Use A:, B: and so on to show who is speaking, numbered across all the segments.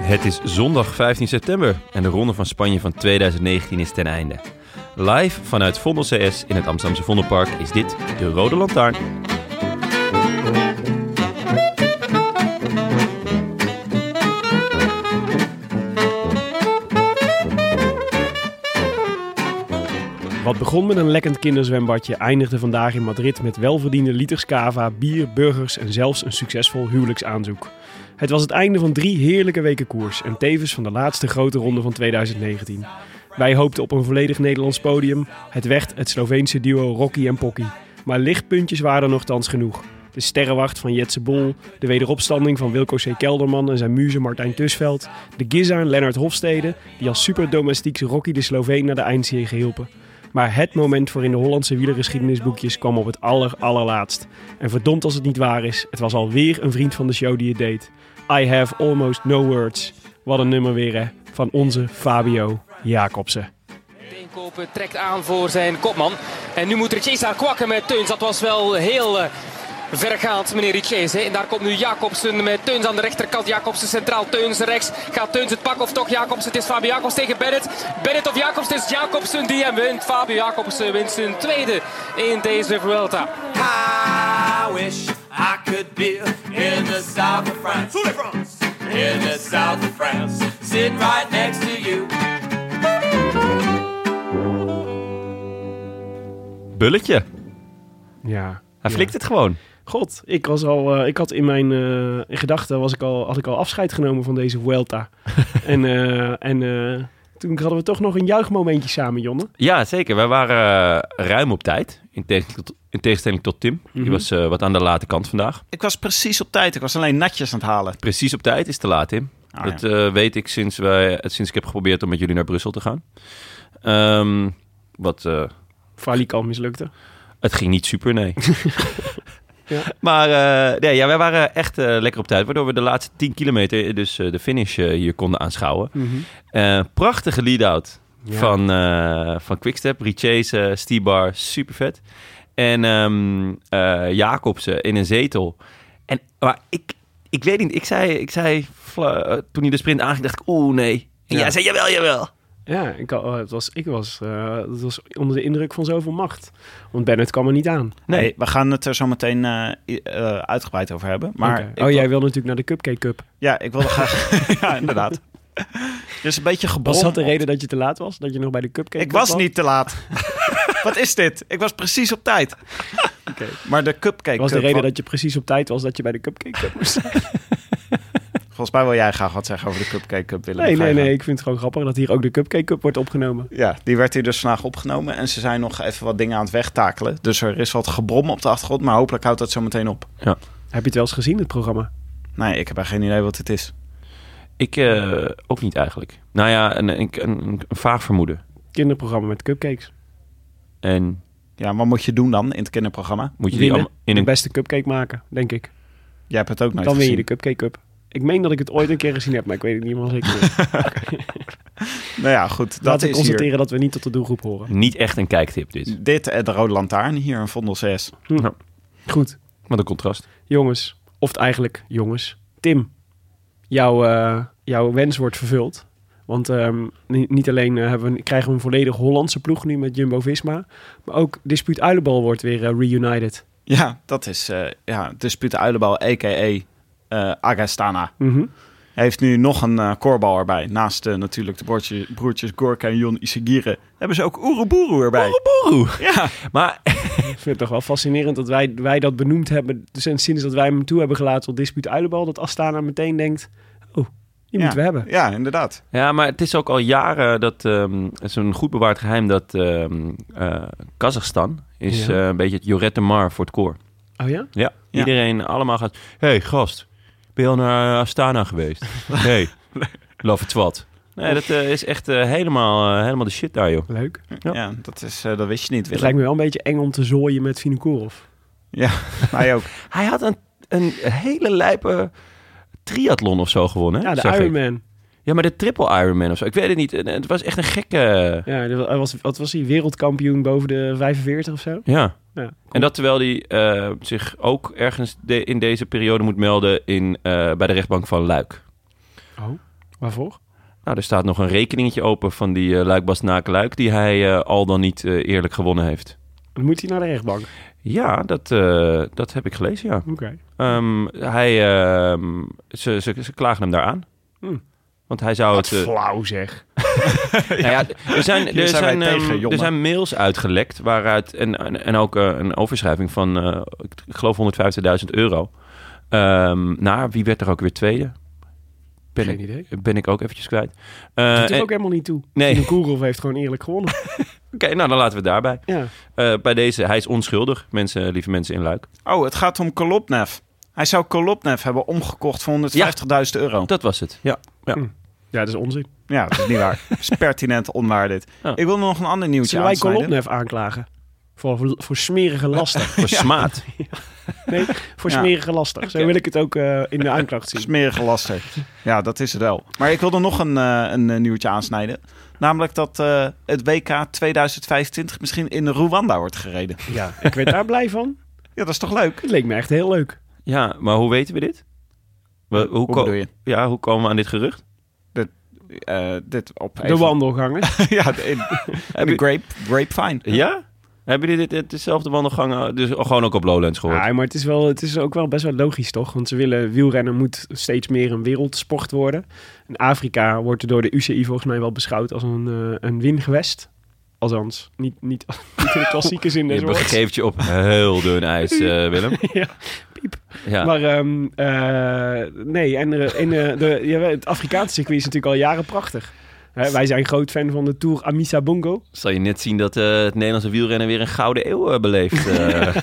A: Het is zondag 15 september en de Ronde van Spanje van 2019 is ten einde. Live vanuit Vondel CS in het Amsterdamse Vondelpark is dit de Rode Lantaarn.
B: Wat begon met een lekkend kinderzwembadje, eindigde vandaag in Madrid met welverdiende liters cava, bier, burgers en zelfs een succesvol huwelijksaanzoek. Het was het einde van drie heerlijke weken koers en tevens van de laatste grote ronde van 2019. Wij hoopten op een volledig Nederlands podium. Het werd het Sloveense duo Rocky en Pocky. Maar lichtpuntjes waren er nogthans genoeg. De sterrenwacht van Jetse Bol, de wederopstanding van Wilco C. Kelderman en zijn muze Martijn Tusveld, de gizaan Lennart Hofstede, die als superdomestiek Rocky de Sloveen naar de eindserie gehielpen. Maar het moment voor in de Hollandse wielergeschiedenisboekjes kwam op het aller allerlaatst. En verdomd als het niet waar is, het was alweer een vriend van de show die het deed. I have almost no words. Wat een nummer weer hè, van onze Fabio Jacobsen.
C: Steenkopen trekt aan voor zijn kopman. En nu moet Richesa kwakken met Teuns. Dat was wel heel eh, vergaand, meneer Richesa. En daar komt nu Jacobsen met Teuns aan de rechterkant. Jacobsen centraal, Teuns rechts. Gaat Teuns het pakken of toch Jacobsen? Het is Fabio Jacobsen tegen Bennett. Bennett of Jacobsen? Het is Jacobsen die hem wint. Fabio Jacobsen wint zijn tweede in deze Vuelta.
D: I wish I could be in the south of France. In the south of France. Sitting right next to you.
A: Bulletje.
B: Ja.
A: Hij
B: ja.
A: flikt het gewoon.
B: God, ik was al, eh, ik had in mijn eh, in gedachten was ik al, had ik al afscheid genomen van deze Vuelta. en eh, en eh, toen hadden we toch nog een juichmomentje samen, Jonne.
A: Ja, zeker. Wij waren eh, ruim op tijd. In tegenstelling tot, in tegenstelling tot Tim. Die
B: Mhm.
A: was eh, wat aan de late kant vandaag.
E: Ik was precies op tijd. Ik was alleen natjes aan het halen.
A: Precies op tijd is te laat, Tim.
E: Ah,
A: dat
E: ja.
A: eh, weet ik sinds, wij, sinds ik heb geprobeerd om met jullie naar Brussel te gaan. Ehm, wat... eh,
B: Valikal mislukte.
A: Het ging niet super, nee.
B: Ja.
A: Maar eh, nee, ja, wij waren echt eh, lekker op tijd, waardoor we de laatste 10 kilometer, eh, dus eh, de finish eh, hier konden aanschouwen. Eh, prachtige lead-out
B: Ja.
A: van, eh van Quickstep, Richese, uh, Stibar, super vet. En ehm eh, Jacobsen in een zetel. En, maar ik, ik weet niet, ik zei, ik zei vla- eh, toen hij de sprint aanging, dacht ik, oeh nee. En
B: Ja.
A: jij zei, jawel, jawel.
B: Ja, ik, had- oh, het was, ik was, eh, het was onder de indruk van zoveel macht. Want Bennett kwam er niet aan.
A: Nee.
E: Hey, we gaan het er zo meteen eh, i- eh, uitgebreid over hebben. Maar
B: Oké.
E: ik
B: Oh,
E: wil-
B: jij wil natuurlijk naar de Cupcake Cup.
E: Ja, ik wilde graag... ja, inderdaad. Dus een beetje gebrom.
B: Was dat de reden dat je te laat was? Dat je nog bij de Cupcake
E: Ik
B: Cup
E: was niet te laat. Wat is dit? Ik was precies op tijd.
B: Oké.
E: Maar de cupcake...
B: Was de
E: cup
B: reden
E: van-
B: dat je precies op tijd was dat je bij de Cupcake Cup moest zijn?
E: Volgens mij wil jij graag wat zeggen over de cupcake cup, Willem.
B: Nee,
E: Ga je
B: nee, nee.
E: gang.
B: Ik vind het gewoon grappig dat hier ook de Cupcake Cup wordt opgenomen.
E: Ja, die werd hier dus vandaag opgenomen. En ze zijn nog even wat dingen aan het wegtakelen. Dus er is wat gebrom op de achtergrond. Maar hopelijk houdt dat zo meteen op.
B: Heb je het wel eens gezien, het programma?
E: Nee, ik heb echt geen idee wat het is.
A: Ik eh, ook niet eigenlijk. Nou ja, een, een, een, een vaag vermoeden.
B: Kinderprogramma met cupcakes.
A: En
E: Ja, wat moet je doen dan in het kinderprogramma?
A: moet je die
B: Winnen.
A: allemaal in
B: de
A: een
B: beste cupcake maken, denk ik.
E: Jij hebt het ook nooit
B: Dan win je
E: gezien.
B: de Cupcake Cup. Ik meen dat ik het ooit een keer gezien heb, maar ik weet het niet helemaal zeker. meer.
E: Nou ja, goed. Dat
B: Laten we
E: is
B: constateren dat we niet tot de doelgroep horen.
A: Niet echt een kijktip dit.
E: hier. Dit en de Rode Lantaarn hier in Vondel 6.
B: Hm. Goed,
A: Wat een contrast.
B: jongens. Of het eigenlijk, jongens. Tim, jouw, eh, jouw wens wordt vervuld. Want ehm, ni- niet alleen eh, hebben we, krijgen we een volledig Hollandse ploeg nu met Jumbo-Visma. Maar ook Dispuut Uilenbal wordt weer eh, reunited.
E: Ja, dat is eh ja, Dispute Uilenbal, a.k.a. eh, Agastana.
B: Mhm.
E: Hij heeft nu nog een eh korbal erbij. Naast eh, natuurlijk de broertje, broertjes Gorka en Jon Isagire hebben ze ook Oeruburu erbij.
A: Oeroboeroe.
E: Ja,
A: Maar
B: Ik vind het toch wel fascinerend dat wij, wij dat benoemd hebben. Dus en sinds dat wij hem toe hebben gelaten tot Dispuut Uilenbal, dat Astana meteen denkt, oh, die
E: ja.
B: moeten we hebben.
E: Ja, inderdaad.
A: Ja, maar het is ook al jaren dat ehm, het is een goed bewaard geheim dat ehm, eh, Kazachstan is
B: Ja.
A: eh, een beetje het Jorette Mar voor het koor.
B: Oh ja?
A: Ja.
E: Ja.
A: Iedereen allemaal gaat. hey, gast, ben je al naar Astana geweest? hey, love it wat. Nee, dat eh, is echt eh, helemaal, eh, helemaal de shit daar, joh.
B: Leuk.
E: Ja, dat, is, eh, dat wist je niet,
B: Het
E: Willem.
B: lijkt me wel een beetje eng om te zooien met Vinokourov.
E: Mij ook.
A: Hij had een, een hele lijpe triathlon of zo gewonnen. hè,
B: Ja, de
A: zag ik.
B: Ironman.
A: Ja, maar de triple Ironman of zo. Ik weet het niet. Eh, Het was echt een gekke.
B: Ja, dat- hij was, wat was hij? Wereldkampioen boven de 45 of zo?
A: Ja.
B: Ja.
A: En dat terwijl hij eh, zich ook ergens de- in deze periode moet melden in, eh, bij de rechtbank van Luik.
B: Waarvoor?
A: Nou, er staat nog een rekeningetje open van die eh, Luik Bas Naak Luik, die hij eh, al dan niet eh, eerlijk gewonnen heeft.
B: Dan moet hij naar de rechtbank. Oké.
A: Ja, dat, eh, dat heb ik gelezen, ja. Ehm, hij, ehm, ze, ze, ze klagen hem daar aan.
B: Hm.
A: Want hij zou het... eh,
B: flauw zeg.
A: Nou ja, er zijn,
E: Hier
A: er
E: zijn
A: zijn,
E: wij
A: ehm,
E: tegen, jongen.
A: er zijn mails uitgelekt waaruit, en, en, en ook eh, een overschrijving van, eh, ik geloof, 150.000 euro. Ehm naar wie werd er ook weer tweede? Ben,
B: Geen
A: ik,
B: idee.
A: ben ik ook eventjes kwijt. Eh,
B: Doet er
A: en-
B: ook helemaal niet toe.
A: Nee.
B: Vinokourov heeft gewoon eerlijk gewonnen.
A: Oké, nou dan laten we het daarbij.
B: Ja.
A: Eh, bij deze, hij is onschuldig, mensen, lieve mensen in Luik.
E: Oh, het gaat om Kolopnev. Hij zou Kolopnev hebben omgekocht voor 150.000 euro.
A: Dat was het. Ja.
B: ja, dat is onzin.
E: Ja, dat is niet waar. Het is pertinent onwaar dit.
A: Ja.
E: Ik wil nog een ander nieuwtje
B: Zullen wij
E: aansnijden.
B: Kolobnev aanklagen? Voor, voor, voor smerige lasten.
A: Voor smaad.
B: Nee, voor
E: Ja.
B: smerige lasten. Zo wil ik het ook eh, in de aanklacht zien.
E: Smerige laster. Ja, dat is het wel. Maar ik wilde nog een, eh, een eh, nieuwtje aansnijden. Namelijk dat eh, het WK 2025 misschien in Rwanda wordt gereden.
B: Ja. Ik werd daar blij van.
E: Ja, dat is toch leuk?
B: Het leek me echt heel leuk.
A: Ja, maar hoe weten we dit? We- hoe,
E: Hoe
A: ko-
E: bedoel je?
A: Ja, hoe komen we aan dit gerucht?
E: Eh, dit op
B: De
E: even-
B: wandelgangen.
E: ja, de- in, in de grape, grapevine.
A: Ja? Hebben jullie dit, dit dezelfde wandelgang eh, dus gewoon ook op Lowlands gehoord?
B: Ja, maar het is, wel, het is ook wel best wel logisch, toch? Want ze willen, wielrennen moet steeds meer een wereldsport worden. En Afrika wordt er door de UCI volgens mij wel beschouwd als een, eh een wingewest. Althans, niet, niet, niet in de klassieke zin des
A: Je
B: woords.
A: begeeft je op heel dun ijs, eh, Willem.
B: Ja, piep.
A: Ja.
B: Maar ehm, eh, nee, en er- in, eh, de, ja, het Afrikaanse circuit is natuurlijk al jaren prachtig. Hè, wij zijn groot fan van de Tour Amisa Bongo.
A: Zal je net zien dat eh, het Nederlandse wielrennen weer een gouden eeuw eh, beleeft. eh.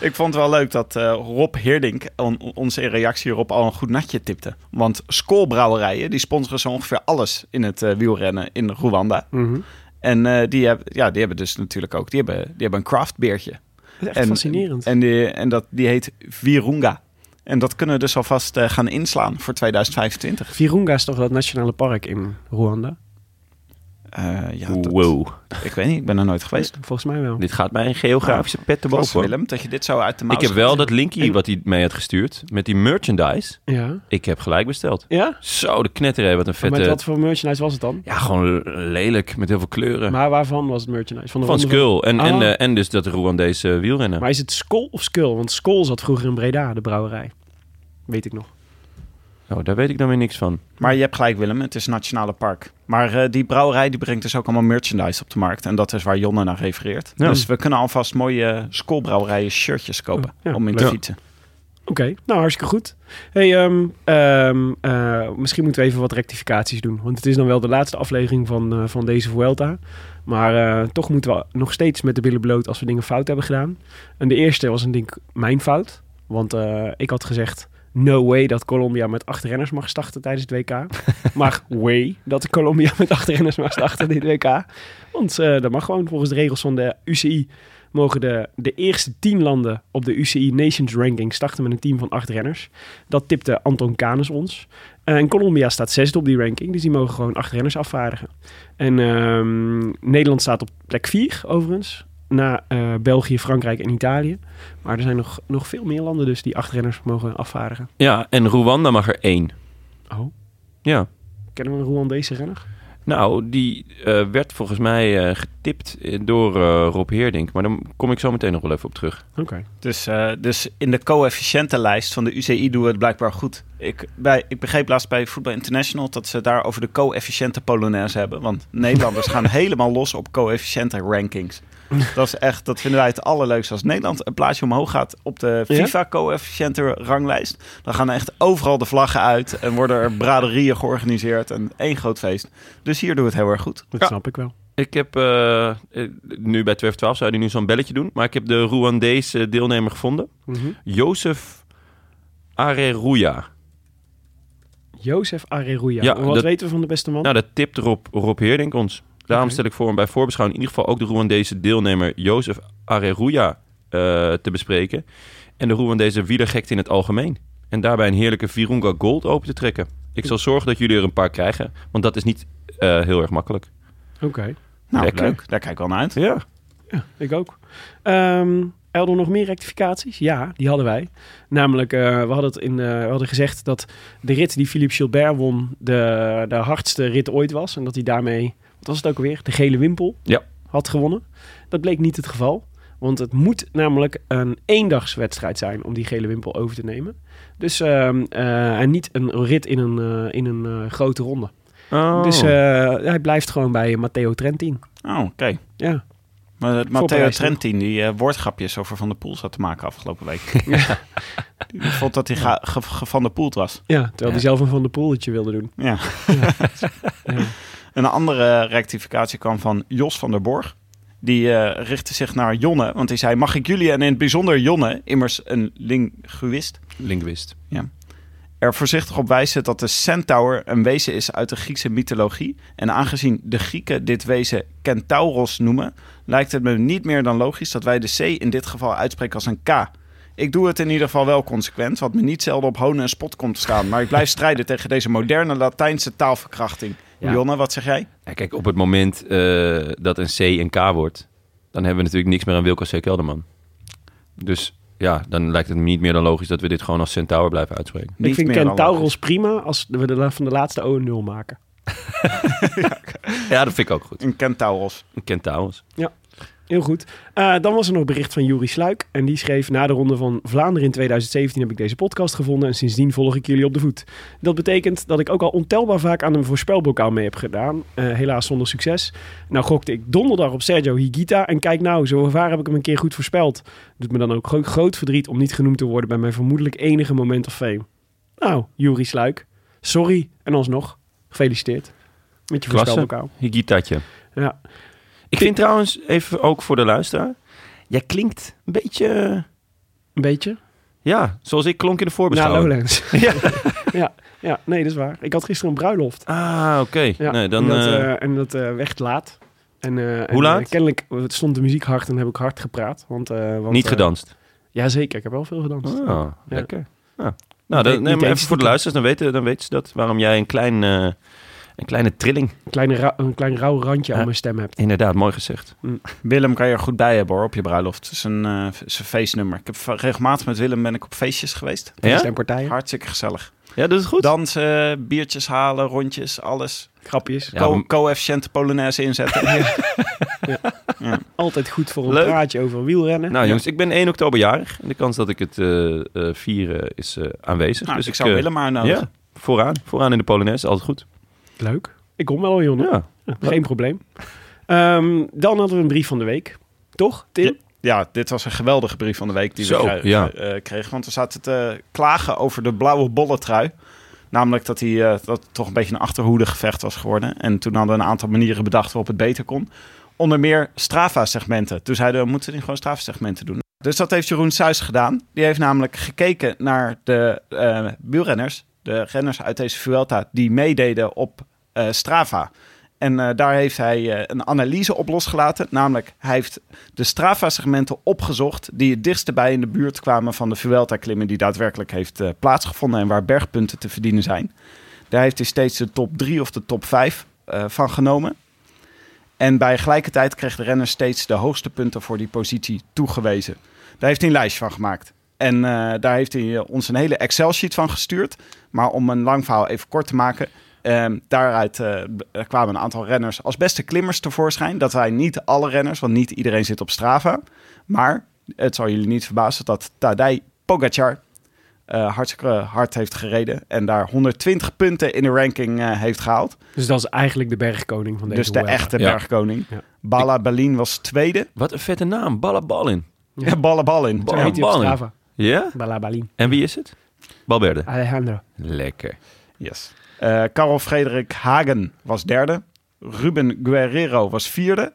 E: Ik vond het wel leuk dat eh, Rob Heerdink on- ons in reactie hierop al een goed natje tipte. Want schoolbrouwerijen, die sponsoren zo ongeveer alles in het eh, wielrennen in Rwanda. En eh, die, heb, ja, die hebben dus natuurlijk ook, die hebben, die hebben een craftbeertje.
B: Dat is echt
E: En,
B: fascinerend.
E: En, die, en dat, die heet Virunga. En dat kunnen we dus alvast eh, gaan inslaan voor 2025.
B: Virunga is toch dat nationale park in Rwanda?
E: Eh, ja, dat-
A: wow.
E: Ik weet niet, ik ben er nooit geweest.
B: Volgens mij wel.
A: Dit gaat mij een geografische pet te
E: Was
A: boven. hoor.
E: Willem, dat je dit zo uit de mouw
A: Ik heb
E: schiet.
A: wel dat linkie wat hij mee had gestuurd met die merchandise.
B: Ja?
A: Ik heb gelijk besteld.
B: Ja?
A: Zo, de knetter, hè, wat een
B: Maar met
A: vette...
B: wat voor merchandise was het dan?
A: Ja, gewoon lelijk met heel veel kleuren.
B: Maar waarvan was het merchandise? Van, de
A: van
B: Ronde
A: Skull en, en,
B: Ah.
A: eh, en dus dat Rwandese eh, wielrennen.
B: Maar is het Skol of Skull? Want Skol zat vroeger in Breda, de brouwerij. Weet ik nog.
A: Oh, daar weet ik dan weer niks van.
E: Maar je hebt gelijk, Willem, het is Nationale Park. Maar eh, die brouwerij die brengt dus ook allemaal merchandise op de markt. En dat is waar Jonne naar refereert.
A: Ja.
E: Dus we kunnen alvast mooie schoolbrouwerijen shirtjes kopen
B: Ja,
E: om in te
B: leuk.
E: fietsen.
B: Oké, nou hartstikke goed. Hey, ehm, ehm, eh, misschien moeten we even wat rectificaties doen. Want het is dan wel de laatste aflevering van, eh, van deze Vuelta. Maar eh, toch moeten we nog steeds met de billen bloot als we dingen fout hebben gedaan. En de eerste was een ding mijn fout. Want eh, ik had gezegd, no way dat Colombia met acht renners mag starten tijdens het WK. maar way dat Colombia met acht renners mag starten dit WK. Want eh, dat mag gewoon volgens de regels van de UCI mogen de, de eerste tien landen op de UCI Nations Ranking starten met een team van acht renners. Dat tipte Anton Canes ons. En Colombia staat zesde op die ranking, dus die mogen gewoon acht renners afvaardigen. En ehm, Nederland staat op plek vier, overigens. Na eh, België, Frankrijk en Italië. Maar er zijn nog, nog veel meer landen dus die acht renners mogen afvaardigen.
A: Ja, en Rwanda mag er één.
B: Oh.
A: Ja.
B: Kennen we een Rwandese renner?
A: Nou, die eh, werd volgens mij eh, getipt eh, door eh, Rob Heerdink. Maar daar kom ik zo meteen nog wel even op terug.
B: Oké.
E: Dus, eh, dus in de coëfficiëntenlijst van de UCI doen we het blijkbaar goed. Ik, bij, ik begreep laatst bij Football International dat ze het daar over de coëfficiënte Polonaise hebben. Want Nederlanders gaan helemaal los op coëfficiënte rankings. Dat is echt, dat vinden wij het allerleukste. Als Nederland een plaatsje omhoog gaat op de
B: Ja?
E: FIFA coëfficiënte ranglijst, dan gaan echt overal de vlaggen uit en worden er braderieën georganiseerd en één groot feest. Dus hier doen we het heel erg goed.
B: Dat snap ik wel.
A: Ik heb eh, eh, nu bij 12 12 zou hij nu zo'n belletje doen. Maar ik heb de Rwandese eh, deelnemer gevonden. Jozef Areruya.
B: Jozef Areruya.
A: Ja,
B: En wat
A: dat-
B: weten we van de beste man?
A: Nou, dat tipt Rob, Rob Heerdink ons. Daarom
B: Oké.
A: stel ik voor om bij voorbeschouwing in ieder geval ook de Rwandese deelnemer Jozef Areruya eh, te bespreken. En de Rwandese wielergekte in het algemeen. En daarbij een heerlijke Virunga Gold open te trekken. Ik zal zorgen dat jullie er een paar krijgen, want dat is niet eh, heel erg makkelijk.
B: Oké.
E: Nou,
A: Lekker.
E: leuk. Daar kijk ik al naar uit.
A: Ja.
B: Ja, ik ook. Ehm Elder, nog meer rectificaties? Ja, die hadden wij. Namelijk, eh, we, hadden het in, eh, we hadden gezegd dat de rit die Philippe Gilbert won de, de hardste rit ooit was. En dat hij daarmee, wat was het ook alweer? De gele wimpel
A: Ja.
B: had gewonnen. Dat bleek niet het geval. Want het moet namelijk een eendagswedstrijd zijn om die gele wimpel over te nemen. Dus, ehm, eh, en niet een rit in een, eh, in een eh, grote ronde.
F: Oh.
B: Dus eh, hij blijft gewoon bij Matteo Trentin.
E: Oh, oké.
B: Ja.
E: Maar eh, Matteo
B: Voorbereid,
E: Trentin, die eh, woordgrapjes over Van der Poel zat te maken afgelopen week. Die vond dat hij ga- ge- ge- Van der Poel was.
B: Ja, terwijl hij zelf een Van der Poeltje wilde doen.
E: Ja. Een andere rectificatie kwam van Jos van der Borg. Die eh, richtte zich naar Jonne, want hij zei... Mag ik jullie en in het bijzonder Jonne, immers een linguïst...
A: Linguist.
E: er voorzichtig op wijzen dat de centaur een wezen is uit de Griekse mythologie. En aangezien de Grieken dit wezen Kentauros noemen, lijkt het me niet meer dan logisch dat wij de C in dit geval uitspreken als een K. Ik doe het in ieder geval wel consequent, wat me niet zelden op honen en spot komt te staan. Maar ik blijf strijden tegen deze moderne Latijnse taalverkrachting.
A: Ja.
E: Jonne, wat zeg jij?
A: Ja, kijk, op het moment eh, dat een C een K wordt, dan hebben we natuurlijk niks meer aan Wilco C. Kelderman. Dus ja, dan lijkt het me niet meer dan logisch dat we dit gewoon als Centaur blijven uitspreken.
E: Niet
B: ik vind
E: meer dan
B: Kentauros prima als we de, van de laatste O een 0 maken.
A: Ja, dat vind ik ook goed.
E: Een Kentauros.
A: Een Centaurus.
B: Heel goed. Eh, dan was er nog bericht van Juri Sluik. En die schreef: Na de ronde van Vlaanderen in 2017 heb ik deze podcast gevonden. En sindsdien volg ik jullie op de voet. Dat betekent dat ik ook al ontelbaar vaak aan een voorspelbokaal mee heb gedaan. eh, helaas zonder succes. Nou gokte ik donderdag op Sergio Higuita. En kijk nou, zo waar heb ik hem een keer goed voorspeld. Doet me dan ook gro- groot verdriet om niet genoemd te worden bij mijn vermoedelijk enige moment of fame. Nou, Juri Sluik. Sorry. En alsnog, gefeliciteerd. Met
A: Klasse.
B: je voorspelbokaal.
A: Higitatje.
B: Ja.
A: Ik vind trouwens, even ook voor de luisteraar, jij klinkt een beetje, eh,
B: Een beetje.
A: ja, zoals ik klonk in de
B: Na
A: voorbeschouwing.
B: Nou, Lowlands.
A: Ja.
B: ja, ja, nee, dat is waar. Ik had gisteren een bruiloft.
A: Ah, oké.
B: Ja,
A: Nee, dan,
B: en dat,
A: eh,
B: eh, en dat eh, werd laat. En, eh, en,
A: laat?
B: eh, kennelijk eh, stond de muziek hard en heb ik hard gepraat. Want, eh, want,
A: niet
B: eh,
A: gedanst.
B: Jazeker, ik heb wel veel gedanst.
A: Ah, lekker. Ja. Nou, dan,
B: Niet- e- niet
A: nee,
B: eens
A: maar even voor de
B: stiekem.
A: luisteraars, dan weten, dan weten ze dat. Waarom jij een, klein, eh, een kleine trilling,
B: Een, kleine ra- een klein rauw randje
A: Ja.
B: aan mijn stem hebt.
A: inderdaad, mooi gezegd.
E: Willem kan je er goed bij hebben hoor, op je bruiloft. Het is een, eh, het is een feestnummer. Ik heb va- regelmatig met Willem ben ik op feestjes geweest.
A: Ja?
B: Stempartijen.
E: Hartstikke gezellig.
A: ja, dat is goed.
E: Dansen, biertjes halen, rondjes, alles.
B: Grapjes.
A: Ja,
E: Co-
A: maar-
E: Co-efficiënte Polonaise inzetten.
B: Altijd goed voor een
A: Leuk.
B: praatje over wielrennen.
A: Nou jongens, ik ben 1 oktober jarig. En de kans dat ik het eh, eh, vieren is eh, aanwezig.
E: Nou,
A: dus
E: ik zou
A: eh,
E: Willem maar
A: Ja,
E: nodig.
A: vooraan. Vooraan in de Polonaise, altijd goed.
B: Leuk. Ik kom wel, Jonne.
A: Ja.
B: Ja, Geen probleem. Ehm, dan hadden we een brief van de week. Toch, Tim?
E: Ja. Ja, dit was een geweldige brief van de week die
A: Zo,
E: we kri-
A: ja.
E: eh, kregen. Want we zaten te eh, klagen over de blauwe bolletrui. Namelijk dat hij eh, dat het toch een beetje een achterhoedegevecht was geworden. En toen hadden we een aantal manieren bedacht waarop het beter kon. Onder meer Strava-segmenten. Toen zeiden we, moeten we niet gewoon Strava-segmenten doen? Dus dat heeft Jeroen Suis gedaan. Die heeft namelijk gekeken naar de eh wielrenners. De renners uit deze Vuelta die meededen op eh, Strava. En eh, daar heeft hij eh, een analyse op losgelaten. Namelijk, hij heeft de Strava-segmenten opgezocht die het dichtst bij in de buurt kwamen van de Vuelta-klimmen die daadwerkelijk heeft eh, plaatsgevonden en waar bergpunten te verdienen zijn. Daar heeft hij steeds de top 3 of de top 5 van genomen. En bij gelijke tijd kreeg de renner steeds de hoogste punten voor die positie toegewezen. Daar heeft hij een lijstje van gemaakt. En eh, daar heeft hij eh, ons een hele Excel-sheet van gestuurd. Maar om een lang verhaal even kort te maken. ehm, daaruit eh, b- er kwamen een aantal renners als beste klimmers tevoorschijn. Dat zijn niet alle renners, want niet iedereen zit op Strava. Maar het zal jullie niet verbazen dat Tadej Pogacar eh, hartstikke hard heeft gereden. En daar 120 punten in de ranking eh, heeft gehaald.
B: Dus dat is eigenlijk de bergkoning van deze
E: dus de
B: Vuelta.
E: echte
A: Ja.
E: bergkoning.
B: Ja.
E: Bala Berlin was tweede.
A: Wat een vette naam. Ballabalin.
E: Ja, Balla Ballin.
B: Zo heet hij op
A: Ballen.
B: Strava.
A: Ja?
B: Balabalin.
A: En wie is het? Balberde.
B: Alejandro.
A: Lekker.
E: Yes. Eh, Karel Frederik Hagen was derde. Ruben Guerrero was vierde.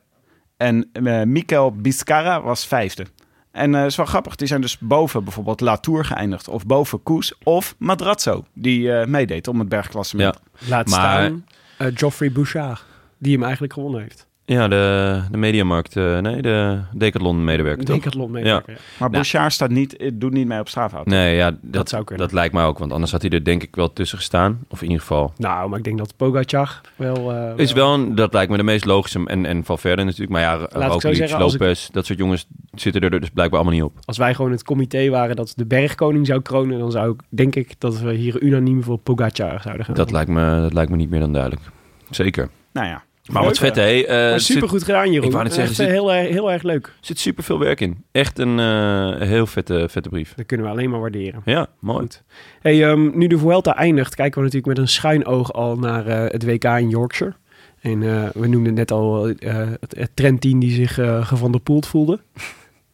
E: En eh Mikel Biscara was vijfde. En eh, is wel grappig, die zijn dus boven bijvoorbeeld Latour geëindigd. Of boven Koes. Of Madrazzo, die eh, meedeet om het bergklassement.
A: Ja.
B: Laat
A: Maar-
B: staan eh, Geoffrey Bouchard, die hem eigenlijk gewonnen heeft.
A: Ja, de, de Mediamarkt. eh, nee, de Decathlon-medewerker, toch?
B: Decathlon meewerker. Ja.
E: Maar Bouchard staat niet, eh, doet niet mee op Strava.
A: Nee, ja, dat, dat,
B: zou kunnen.
A: lijkt mij ook. Want anders had hij er denk ik wel tussen gestaan. Of in ieder geval...
B: Nou, maar ik denk dat Pogacar wel... eh,
A: Is wel een, dat lijkt me de meest logische. En, en Valverde natuurlijk. Maar ja,
B: ik zo
A: Roglic,
B: zeggen, als ik-
A: Lopez, dat soort jongens zitten er dus blijkbaar allemaal niet op.
B: Als wij gewoon het comité waren dat de bergkoning zou kronen... dan zou ik, denk ik, dat we hier unaniem voor Pogacar zouden gaan.
A: Dat lijkt, me, dat lijkt me niet meer dan duidelijk. Zeker.
E: Nou ja.
A: Maar wat
E: Leuk,
A: vet, hè? Eh,
B: Maar
A: er zit,
B: supergoed gedaan, Jeroen.
A: Ik wou net zeggen,
B: Echt, eh,
A: zit-
B: heel, erg, heel erg leuk.
A: zit super veel werk in. Echt een eh, heel vette, vette brief.
B: Dat kunnen we alleen maar waarderen.
A: Ja, mooi.
B: Goed. Hey, ehm, nu de Vuelta eindigt, kijken we natuurlijk met een schuin oog al naar eh, het WK in Yorkshire. En eh, we noemden net al eh, het, het trendteam die zich eh, gevanderpoeld voelde.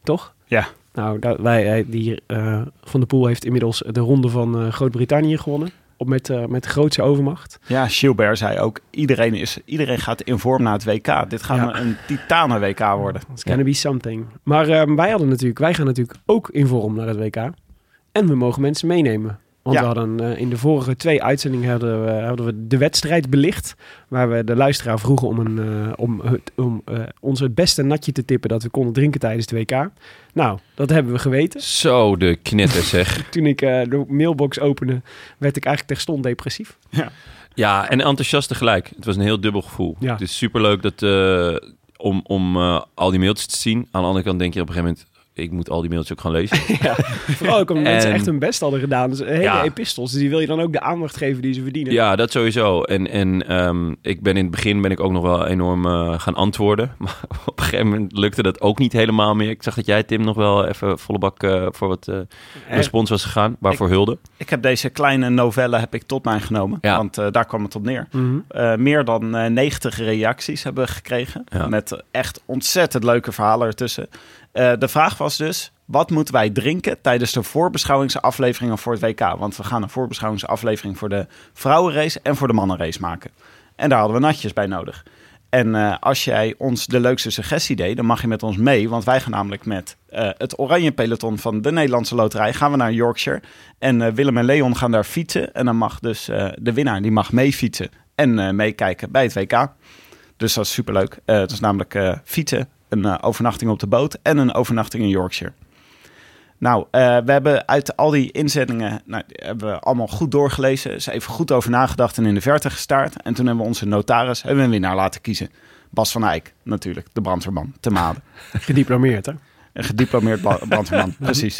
B: Toch?
E: Ja.
B: Nou, da- wij, eh, die, eh, Van der Poel heeft inmiddels de ronde van eh, Groot-Brittannië gewonnen. Op met, eh met grootse overmacht.
E: Ja, Gilbert zei ook, iedereen, is, iedereen gaat in vorm naar het WK. Dit gaat
B: Ja.
E: een- een titanen WK worden.
B: It's gonna be something. Maar ehm, wij, hadden natuurlijk, wij gaan natuurlijk ook in vorm naar het WK. En we mogen mensen meenemen. Want
E: Ja.
B: we hadden eh, in de vorige twee uitzendingen hadden we, hadden we de wedstrijd belicht. Waar we de luisteraar vroegen om, een, eh, om, het, om eh, ons het beste natje te tippen dat we konden drinken tijdens het WK. Nou, dat hebben we geweten.
A: Zo, de knetter zeg.
B: Toen ik eh, de mailbox opende, werd ik eigenlijk terstond depressief.
A: ja, en enthousiast tegelijk. Het was een heel dubbel gevoel.
B: Ja.
A: Het is superleuk dat, eh, om, om eh, al die mailtjes te zien. Aan de andere kant denk je op een gegeven moment... Ik moet al die mailtjes ook gaan lezen.
B: Vooral ook omdat mensen
A: En-
B: echt hun best hadden gedaan. Dus hele
A: Ja.
B: epistels. Dus die wil je dan ook de aandacht geven die ze verdienen.
A: Ja, dat sowieso. En, en ehm, ik ben in het begin ben ik ook nog wel enorm eh, gaan antwoorden. Maar op een gegeven moment lukte dat ook niet helemaal meer. Ik zag dat jij, Tim, nog wel even volle bak eh, voor wat eh, respons was gegaan. Waarvoor hulde.
E: Ik heb deze kleine novelle heb ik tot mij genomen,
A: Ja.
E: want eh, daar kwam het op neer.
B: Mhm.
E: Eh, meer dan eh, 90 reacties hebben we gekregen,
A: Ja.
E: met echt ontzettend leuke verhalen ertussen. Eh, de vraag was dus, wat moeten wij drinken tijdens de voorbeschouwingsafleveringen voor het WK? Want we gaan een voorbeschouwingsaflevering voor de vrouwenrace en voor de mannenrace maken. En daar hadden we natjes bij nodig. En eh, als jij ons de leukste suggestie deed, dan mag je met ons mee. Want wij gaan namelijk met eh, het Oranje Peloton van de Nederlandse Loterij gaan we naar Yorkshire. En eh, Willem en Leon gaan daar fietsen. En dan mag dus eh, de winnaar, die mag mee fietsen en eh, meekijken bij het WK. Dus dat is superleuk. Eh het is namelijk eh, fietsen, een eh, overnachting op de boot en een overnachting in Yorkshire. Nou, eh, we hebben uit al die inzendingen, nou, die hebben we allemaal goed doorgelezen. Ze even goed over nagedacht en in de verte gestaard. En toen hebben we onze notaris, hebben we een winnaar laten kiezen. Bas van Eyck, natuurlijk, de brandweerman, te maden.
B: Gediplomeerd, hè?
E: Een gediplomeerd bla- brandweerman, precies.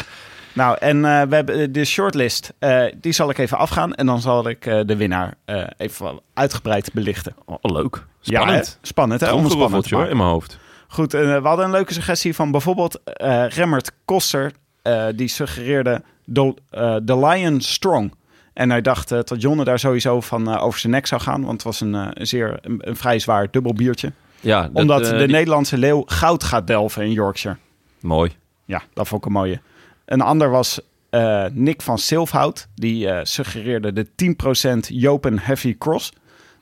E: Nou, en eh, we hebben de shortlist, eh, die zal ik even afgaan. En dan zal ik eh, de winnaar eh, even uitgebreid belichten.
A: Oh, leuk.
E: Ja,
A: Spannend.
E: hè? spannend, hè? Om het spannend
A: Tromgeroffeld,
E: te
A: hoor,
E: maken.
A: in mijn hoofd.
E: Goed, en, eh, we hadden een leuke suggestie van bijvoorbeeld eh, Remmert Koster. eh, die suggereerde The, eh, The Lion Strong. En hij dacht eh, dat Jonne daar sowieso van eh, over zijn nek zou gaan. Want het was een, eh, een zeer, een, een vrij zwaar dubbel biertje.
A: Ja, dat,
E: Omdat
A: eh,
E: de
A: die-
E: Nederlandse leeuw goud gaat delven in Yorkshire.
A: Mooi.
E: Ja, dat vond ik een mooie. Een ander was eh, Nick van Silfhout. Die eh, suggereerde de 10% Jopen Heavy Cross.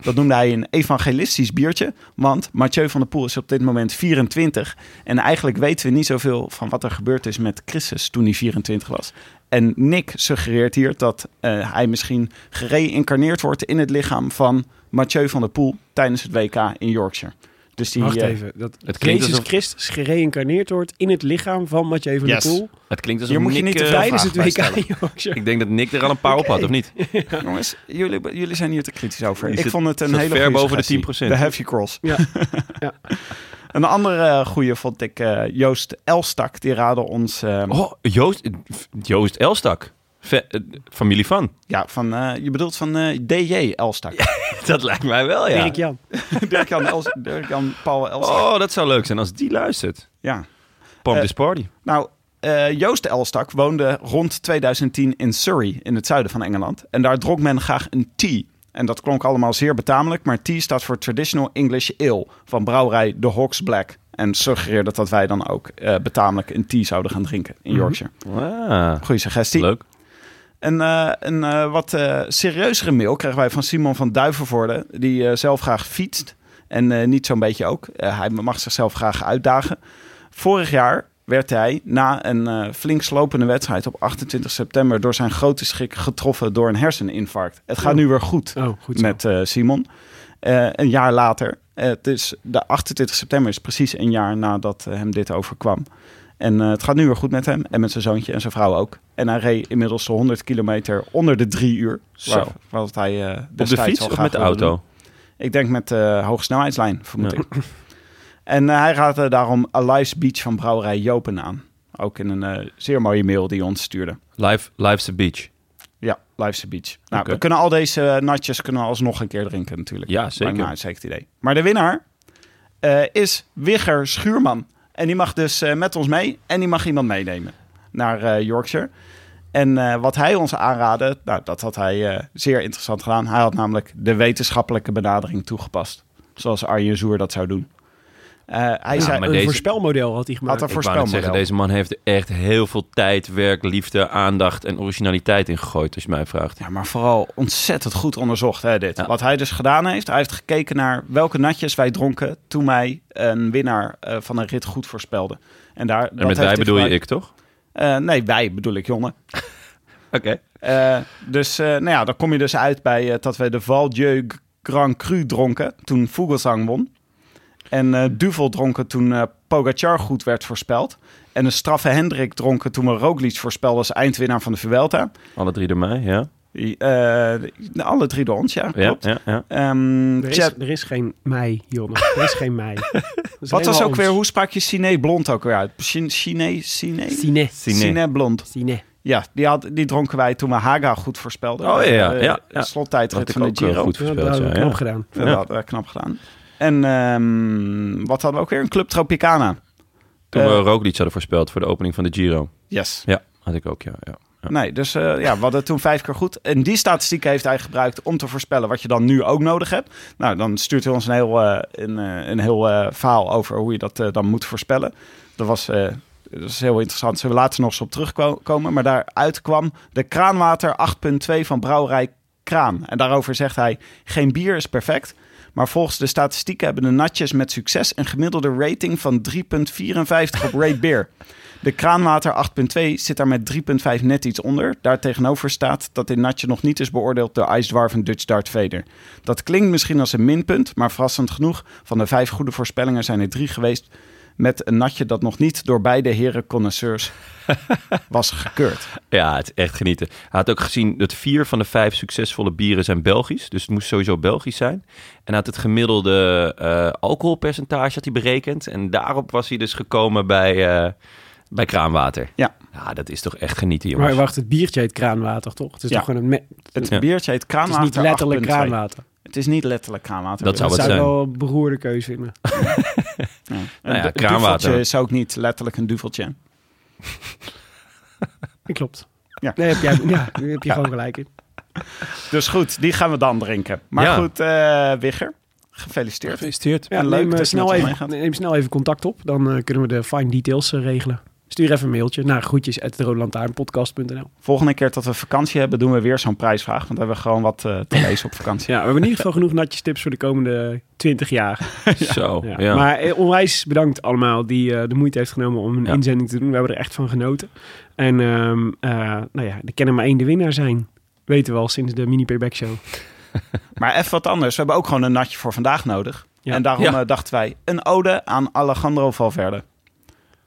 E: Dat noemde hij een evangelistisch biertje. Want Mathieu van der Poel is op dit moment 24. En eigenlijk weten we niet zoveel van wat er gebeurd is met Christus toen hij 24 was. En Nick suggereert hier dat eh, hij misschien gereïncarneerd wordt in het lichaam van Mathieu van der Poel tijdens het WK in Yorkshire. Dus die,
B: Wacht
E: eh,
B: even. Dat
A: Het klinkt
B: Jezus
A: alsof-
B: Christus gereïncarneerd wordt in het lichaam van Mathieu van
E: Yes.
B: der Poel.
A: Het klinkt alsof
E: Hier moet je
A: Nick,
E: niet
A: eh,
E: te veel-
B: Tijdens het
E: vraag
B: WK
E: bij
B: in Yorkshire.
A: Ik denk dat Nick er al een paar op had, of niet?
E: Jongens, jullie, jullie zijn hier te kritisch over.
A: Die
E: ik
A: zit-
E: vond het een
A: zit
E: hele
A: ver
E: goede
A: boven de
E: suggestie.
A: 10%.
E: De heavy cross.
B: Ja.
E: Een andere goede vond ik eh, Joost Elstak. Die raadde ons eh,
A: Oh, Joost, Joost Elstak. Ve- eh, familie van.
E: ja, van, eh, je bedoelt van eh, DJ Elstak.
A: Dat lijkt mij wel, ja.
B: Erik Jan.
E: Dirk-Jan Els, Dirk-Jan Paul Elstak.
A: Oh, dat zou leuk zijn als die luistert.
E: Ja.
A: Pump
E: Eh,
A: this party.
E: Nou, eh, Joost Elstak woonde rond 2010 in Surrey, in het zuiden van Engeland. En daar dronk men graag een tea. En dat klonk allemaal zeer betamelijk, maar tea staat voor Traditional English Ale van brouwerij The Hawks Black. En suggereerde dat wij dan ook eh, betamelijk een tea zouden gaan drinken in Yorkshire.
A: Ah,
E: Goeie suggestie.
A: leuk.
E: En eh, een eh, wat eh, serieuzere mail kregen wij van Simon van Duivenvoorde, die eh, zelf graag fietst. En eh, niet zo'n beetje ook. Eh, hij mag zichzelf graag uitdagen. Vorig jaar werd hij na een eh, flink slopende wedstrijd op 28 september door zijn grote schrik getroffen door een herseninfarct. Het gaat nu weer goed
B: Oh, goed zo.
E: met eh, Simon. Eh, een jaar later. Eh, het is de 28 september is precies een jaar nadat eh, hem dit overkwam. En eh, het gaat nu weer goed met hem en met zijn zoontje en zijn vrouw ook. En hij reed inmiddels de 100 kilometer onder de drie uur.
A: Zo.
E: Waar- Wat hij eh,
A: Op de
E: destijds
A: fiets
E: al
A: of
E: graag
A: met de
E: wilde
A: auto?
E: doen. Ik denk met de hoogsnelheidslijn, vermoed
A: Ja.
E: ik. En eh, hij raadde daarom Alive's Beach van brouwerij Jopen aan. Ook in een eh, zeer mooie mail die hij ons stuurde.
A: Live, live's the beach.
E: Ja, Life's the Beach. Nou,
A: Oké.
E: we kunnen al deze eh, natjes kunnen we alsnog een keer drinken natuurlijk.
A: Ja, zeker.
E: Lijkt me een uitstekend idee. Maar de winnaar eh, is Wigger Schuurman. En die mag dus eh, met ons mee. En die mag iemand meenemen naar eh, Yorkshire. En eh, wat hij ons aanraadde, nou, dat had hij eh, zeer interessant gedaan. Hij had namelijk de wetenschappelijke benadering toegepast. Zoals Arjen Zoer dat zou doen. Eh, hij zei,
A: Nou, maar
B: een
A: deze-
B: voorspelmodel had hij gemaakt.
E: had een
A: Ik wou net zeggen,
E: voorspelmodel.
A: deze man heeft er echt heel veel tijd, werk, liefde, aandacht en originaliteit in gegooid, als je mij vraagt.
E: Ja, maar vooral ontzettend goed onderzocht, hè, dit.
A: Ja.
E: Wat hij dus gedaan heeft, hij heeft gekeken naar welke natjes wij dronken toen wij een winnaar eh, van een rit goed voorspelden. En, daar,
A: En met wij bedoel je ik, toch?
E: Eh, nee, wij bedoel ik, jongen.
A: Oké.
E: Eh, dus eh, nou ja, dan kom je dus uit bij eh, dat wij de Val Dieu Grand Cru dronken toen Vogelsang won. En eh Duvel dronken toen eh, Pogacar goed werd voorspeld. En een straffe Hendrik dronken toen we Roglic voorspelden als eindwinnaar van de Vuelta.
A: Alle drie door mij, ja.
E: Eh, alle drie door ons, ja,
A: Ja,
E: klopt.
A: ja, ja.
E: Ehm,
B: Er is,
E: Chad,
B: er is geen mei, Jonne. Er is geen mei. Dat is
E: wat was
B: helemaal
E: ook weer,
B: ons.
E: hoe sprak je Cine blond ook weer uit? Chin- Cine, Cine?
B: Cine.
A: Cine.
E: Cine blond.
B: Cine.
E: Ja, die, had, die dronken wij toen we Haga goed voorspelden.
A: Oh, ja, ja,
E: De,
A: ja, ja.
E: de slottijdrit
A: Dat
E: van
A: ik
E: de
A: ook eh,
E: Giro.
A: goed
B: dat
A: verspeeld,
B: hadden
A: ja.
B: we knap
A: ja.
B: gedaan.
E: Dat hadden we knap gedaan. En ehm, wat hadden we ook weer? Een Club Tropicana.
A: Toen we
E: Eh,
A: Roglic hadden voorspeld voor de opening van de Giro.
E: Yes.
A: Ja, had ik ook, ja. ja.
E: Nee, dus eh, ja, we hadden toen vijf keer goed. En die statistiek heeft hij gebruikt om te voorspellen wat je dan nu ook nodig hebt. Nou, dan stuurt hij ons een heel, eh, een, eh, een heel eh, verhaal over hoe je dat eh, dan moet voorspellen. Dat was, eh, dat is heel interessant. Zullen we later nog eens op terugkomen. Maar daaruit kwam de kraanwater 8.2 van brouwerij Kraan. En daarover zegt hij, geen bier is perfect. Maar volgens de statistieken hebben de natjes met succes een gemiddelde rating van 3,54 op Rate Beer. De kraanwater 8.2 zit daar met 3.5 net iets onder. Daartegenover staat dat dit natje nog niet is beoordeeld door Ice Dwarf en Dutch Dart Vader. Dat klinkt misschien als een minpunt, maar verrassend genoeg, van de vijf goede voorspellingen zijn er drie geweest met een natje dat nog niet door beide heren connoisseurs was gekeurd.
A: Ja, het is echt genieten. Hij had ook gezien dat vier van de vijf succesvolle bieren zijn Belgisch. Dus het moest sowieso Belgisch zijn. En hij had het gemiddelde eh, alcoholpercentage had hij berekend. En daarop was hij dus gekomen bij, eh, bij kraanwater.
E: Ja.
A: Ja, dat is toch echt genieten,
B: Maar
A: jongens.
B: wacht, het biertje heet kraanwater, toch? Het is
E: Ja.
B: toch gewoon een... me-
E: Het
A: Ja.
E: biertje heet
B: Het is
E: kraanwater
B: niet letterlijk
E: 8.2.
B: kraanwater.
E: Het is niet letterlijk kraanwater.
A: Dat zou
B: Dat
A: wat
B: zou ik
A: zijn.
B: wel een beroerde keuze vinden.
E: Ja.
A: Nou ja,
E: Een du-
A: kraanwater.
E: duveltje is ook niet letterlijk een duveltje.
B: Dat klopt.
E: Ja.
B: Nee, heb jij, ja, daar heb je gewoon gelijk in.
E: Dus goed, die gaan we dan drinken. Maar
A: Ja.
E: goed, eh Wigger, gefeliciteerd.
A: Gefeliciteerd.
B: Ja,
E: En leuk
B: neem, eh,
E: dat je
B: snel
E: met ons
B: even,
E: meegaat.
B: neem snel even contact op. Dan eh, kunnen we de fine details eh, regelen. Stuur even een mailtje naar groetjes.roodlantaarnpodcast.nl
E: Volgende keer dat we vakantie hebben, doen we weer zo'n prijsvraag. Want dan hebben we gewoon wat eh, te lezen op vakantie.
B: Ja, we hebben in ieder geval genoeg natjes tips voor de komende 20 jaar.
A: Zo,
B: Ja.
A: Oh, ja.
B: Maar eh, onwijs bedankt allemaal die eh, de moeite heeft genomen om een
A: Ja.
B: inzending te doen. We hebben er echt van genoten. En ehm, eh, nou ja, er kan er maar één de winnaar zijn. Weten we al sinds de mini payback show.
E: Maar even wat anders. We hebben ook gewoon een natje voor vandaag nodig.
B: Ja.
E: En daarom
A: Ja.
E: eh, dachten wij een ode aan Alejandro Valverde.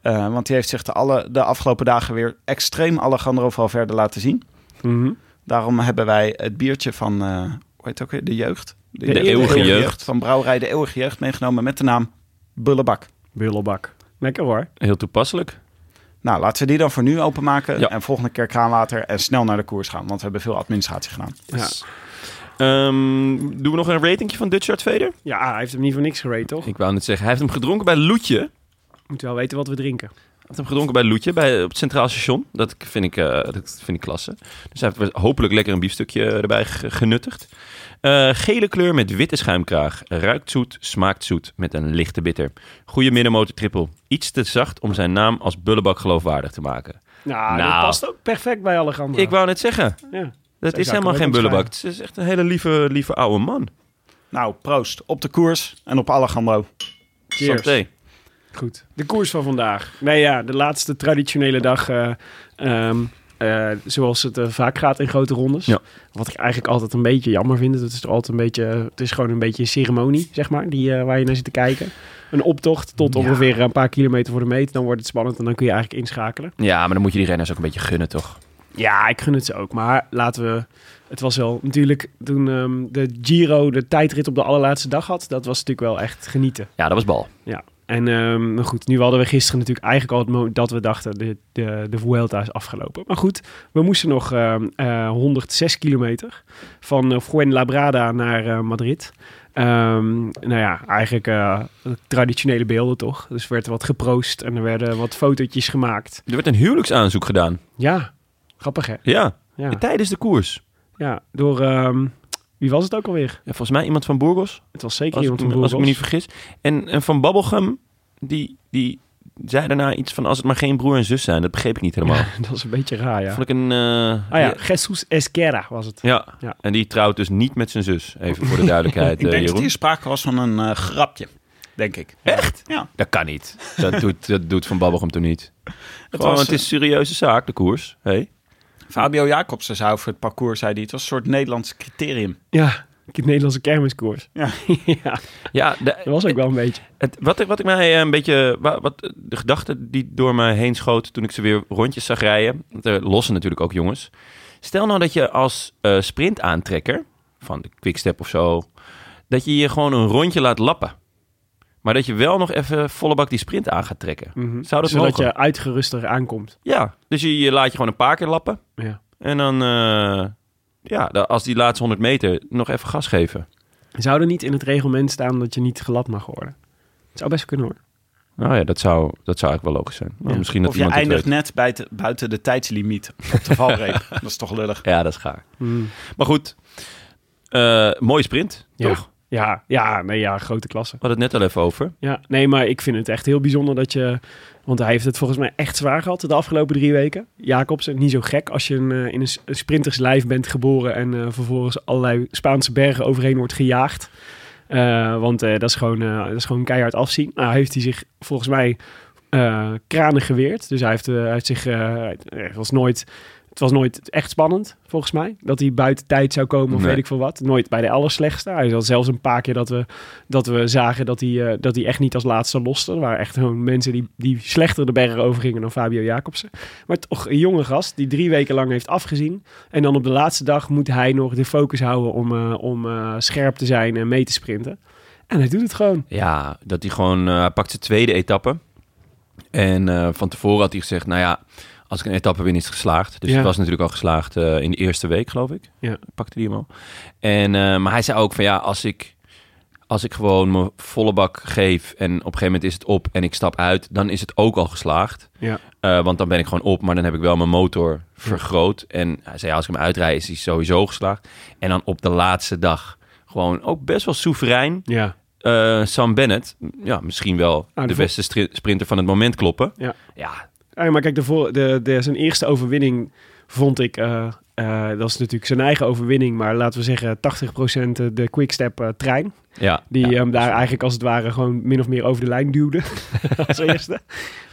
E: Eh, want die heeft zich de, alle, de afgelopen dagen weer extreem Alejandro Valverde laten zien.
B: Mhm.
E: Daarom hebben wij het biertje van, eh, hoe heet het ook weer, de jeugd.
A: De Eeuwige Jeugd.
E: Van Brouwerij de Eeuwige Jeugd meegenomen met de naam Bullebak.
B: Bullebak. Lekker hoor.
A: Heel toepasselijk.
E: Nou, laten we die dan voor nu openmaken.
A: Ja.
E: En volgende keer kraanwater en snel naar de koers gaan. Want we hebben veel administratie gedaan.
A: Ehm, doen we nog een ratingje van Dutch Art Vader?
B: Ja, hij heeft hem niet voor niks gereden, toch?
A: Ik wou net zeggen, hij heeft hem gedronken bij Loetje. Hij
B: Moet wel weten wat we drinken.
A: heeft hem gedronken bij Loetje, bij, op het Centraal Station. Dat vind ik, eh, dat vind ik klasse. Dus hij heeft hopelijk lekker een biefstukje erbij ge- genuttigd. Eh, gele kleur met witte schuimkraag. Ruikt zoet, smaakt zoet met een lichte bitter. Goede middenmotor triple. Iets te zacht om zijn naam als bullebak geloofwaardig te maken.
B: Nou, dat
A: Nou.
B: past ook perfect bij Alejandro.
A: Ik wou net zeggen,
B: Ja.
A: dat
B: Zij
A: is
B: zou
A: helemaal
B: ik
A: geen
B: hem ook
A: bullebak. Het is echt een hele lieve, lieve oude man.
E: Nou, proost op de koers en op Alejandro.
B: Cheers.
A: Santé.
B: Goed. De koers van vandaag. Nee ja, de laatste traditionele dag. eh, ehm, eh, zoals het eh, vaak gaat in grote rondes.
A: Ja.
B: Wat ik eigenlijk altijd een beetje jammer vind. Het is, toch altijd een beetje, het is gewoon een beetje een ceremonie, zeg maar. Die, eh, waar je naar zit te kijken. Een optocht tot ongeveer een paar kilometer voor de meet. Dan wordt het spannend en dan kun je eigenlijk inschakelen.
A: Ja, maar dan moet je die renners ook een beetje gunnen, toch?
B: Ja, ik gun het ze ook. Maar laten we... Het was wel natuurlijk toen ehm, de Giro de tijdrit op de allerlaatste dag had. Dat was natuurlijk wel echt genieten.
A: Ja, dat was bal.
B: Ja, en ehm, maar goed, nu hadden we gisteren natuurlijk eigenlijk al het moment dat we dachten de, de, de Vuelta is afgelopen. Maar goed, we moesten nog ehm, eh, 106 kilometer van eh, Fuenlabrada naar eh, Madrid. Ehm, nou ja, eigenlijk eh, traditionele beelden toch? Dus er werd wat geproost en er werden wat fotootjes gemaakt.
A: Er werd een huwelijksaanzoek gedaan.
B: Ja, grappig hè?
A: Ja,
B: Ja,
A: tijdens de koers.
B: ja door, ehm, wie was het ook alweer?
A: Ja, volgens mij iemand van Burgos,
B: Het was zeker
A: als, ik,
B: iemand van
A: me- als ik me
B: Burgos.
A: niet vergis. En, en van Babbelgum, die, die zei daarna iets van als het maar geen broer en zus zijn. Dat begreep ik niet helemaal.
B: Dat is een beetje raar, ja.
A: Vond ik een... eh,
B: Ah ja, Jesus Esquerra was het.
A: ja.
B: Ja.
A: en die trouwt dus niet met zijn zus. Even voor de duidelijkheid,
E: Ik
A: eh,
E: denk dat
A: Jeroen.
E: hier sprake was van een eh, grapje, denk ik. Eh,
A: Echt?
E: Ja.
A: Dat kan niet. Dat doet, dat doet Van Babbelgum toen niet. Het, Gewoon,
E: was,
A: het is een serieuze zaak, de koers. Hey.
E: Fabio Jacobsen zei over het parcours, zei die, het was een soort Nederlands criterium.
B: Ja, het Nederlandse kermiskoers.
E: Ja.
B: ja.
A: Ja, de-
B: Dat was ook wel een beetje.
A: Het, wat, ik, wat ik mij eh, een beetje. wa- Wat, eh, de gedachte die door me heen schoot toen ik ze weer rondjes zag rijden. Want er lossen natuurlijk ook jongens. Stel nou dat je als eh, sprintaantrekker van de quickstep of zo. dat je je gewoon een rondje laat lappen. Maar dat je wel nog even volle bak die sprint aan gaat trekken. Zou dat
B: Zodat
A: mogen?
B: je uitgeruster aankomt.
A: Ja, dus je, je laat je gewoon een paar keer lappen.
B: Ja.
A: En dan. eh, ja, da- als die laatste 100 meter nog even gas geven.
B: Zou er niet in het reglement staan dat je niet gelad mag worden? Het zou best kunnen hoor.
A: Nou ja, dat zou, dat zou eigenlijk wel logisch zijn. Nou,
B: Ja.
A: Misschien dat
E: of je
A: iemand het weet.
E: eindigt net bij te- buiten de tijdslimiet op de valreep. dat is toch lullig.
A: Ja, dat is gaar. Maar goed, eh, mooie sprint,
B: Ja.
A: toch?
B: Ja, ja, nee, ja, grote klasse.
A: We hadden het net al even over.
B: Ja, nee, maar ik vind het echt heel bijzonder dat je... Want hij heeft het volgens mij echt zwaar gehad de afgelopen drie weken. Jacobsen, niet zo gek als je een, eh, in een s- een sprinterslijf bent geboren... en eh, vervolgens allerlei Spaanse bergen overheen wordt gejaagd. Eh, want eh, dat, is gewoon, eh, dat is gewoon keihard afzien. Nou heeft hij zich volgens mij eh, kranen geweerd. Dus hij heeft, eh, hij heeft zich... eh, het, was nooit, het was nooit echt spannend, volgens mij. Dat hij buiten tijd zou komen of
A: Nee.
B: weet ik veel wat. Nooit bij de allerslechtste. Hij had zelfs een paar keer dat we, dat we zagen dat hij, eh, dat hij echt niet als laatste loste. Er waren echt gewoon mensen die, die slechter de bergen overgingen dan Fabio Jacobsen. Maar toch een jonge gast die drie weken lang heeft afgezien. En dan op de laatste dag moet hij nog de focus houden om, eh, om eh, scherp te zijn en mee te sprinten. En hij doet het gewoon.
A: Ja, dat hij gewoon... eh, hij pakt zijn tweede etappe. En eh, van tevoren had hij gezegd, nou ja, als ik een etappe win is het geslaagd. Dus
B: Ja.
A: het was natuurlijk al geslaagd eh, in de eerste week, geloof ik.
B: Ja.
A: Pakte hij hem al. En, eh, maar hij zei ook van ja, als ik... Als ik gewoon mijn volle bak geef en op een gegeven moment is het op en ik stap uit, dan is het ook al geslaagd.
B: Ja.
A: Eh, want dan ben ik gewoon op, maar dan heb ik wel mijn motor vergroot. En hij zei, ja, als ik hem uitrijd, is hij sowieso geslaagd. En dan op de laatste dag gewoon ook best wel soeverein.
B: Ja.
A: eh, Sam Bennett, ja, misschien wel
B: de
A: de
B: vol-
A: beste stri- sprinter van het moment kloppen.
B: Ja.
A: ja
B: Ah, maar kijk, de, voor- de, de, zijn eerste overwinning vond ik... eh, eh, dat is natuurlijk zijn eigen overwinning, maar laten we zeggen 80% de quickstep eh, trein.
A: ja,
B: Die
A: ja.
B: hem daar eigenlijk als het ware gewoon min of meer over de lijn duwde. als eerste.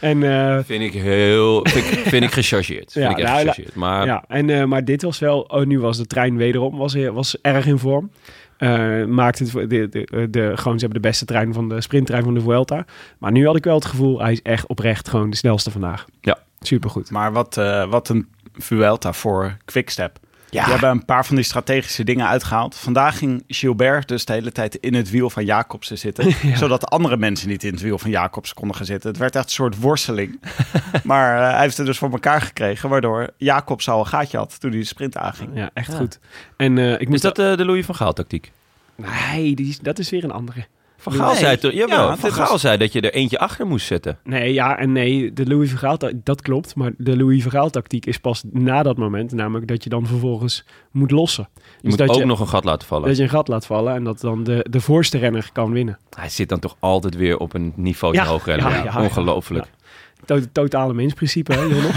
B: En, eh,
A: vind ik heel, vind ik, vind ik gechargeerd.
B: Ja,
A: vind ik echt
B: nou, la-
A: gechargeerd. Maar
B: ja, en, eh, maar dit was wel... Oh, nu was de trein wederom was, eh, was erg in vorm. Eh maakte het, voor- de, de, de, gewoon, ze hebben de beste trein van de sprinttrein van de Vuelta. Maar nu had ik wel het gevoel, hij is echt oprecht gewoon de snelste vandaag.
A: Ja.
B: Supergoed.
E: Maar wat, eh, wat een Vuelta voor Quickstep. We hebben een paar van die strategische dingen uitgehaald. Vandaag ging Gilbert dus de hele tijd in het wiel van Jacobsen zitten. Zodat andere mensen niet in het wiel van Jacobsen konden gaan zitten. Het werd echt een soort worsteling. maar eh, hij heeft het dus voor elkaar gekregen. Waardoor Jacobsen al een gaatje had toen hij de sprint aanging.
B: Ja, echt
A: Ja.
B: goed. En eh, ik
A: Is
B: moest
A: dat eh, de Louis van Gaal tactiek?
B: Nee, die is- dat is weer een andere.
A: Van Gaal
E: Nee.
A: zei toch, jawel,
E: Ja,
A: Van
E: dit
A: Gaal
E: was-
A: zei dat je er eentje achter moest zetten.
B: Nee, ja en nee. De Louis Vergaal, dat klopt. Maar de Louis Vergaal tactiek is pas na dat moment. Namelijk dat je dan vervolgens moet lossen.
A: Je
B: Dus
A: moet
B: dat
A: ook
B: je,
A: nog een gat laten vallen.
B: dat je een gat laat vallen en dat dan de, de voorste renner kan winnen.
A: Hij zit dan toch altijd weer op een niveau
B: Ja,
A: hoger.
B: ja, ja, ja.
A: Ongelooflijk.
B: To- totale mensprincipe, hè, Jonne?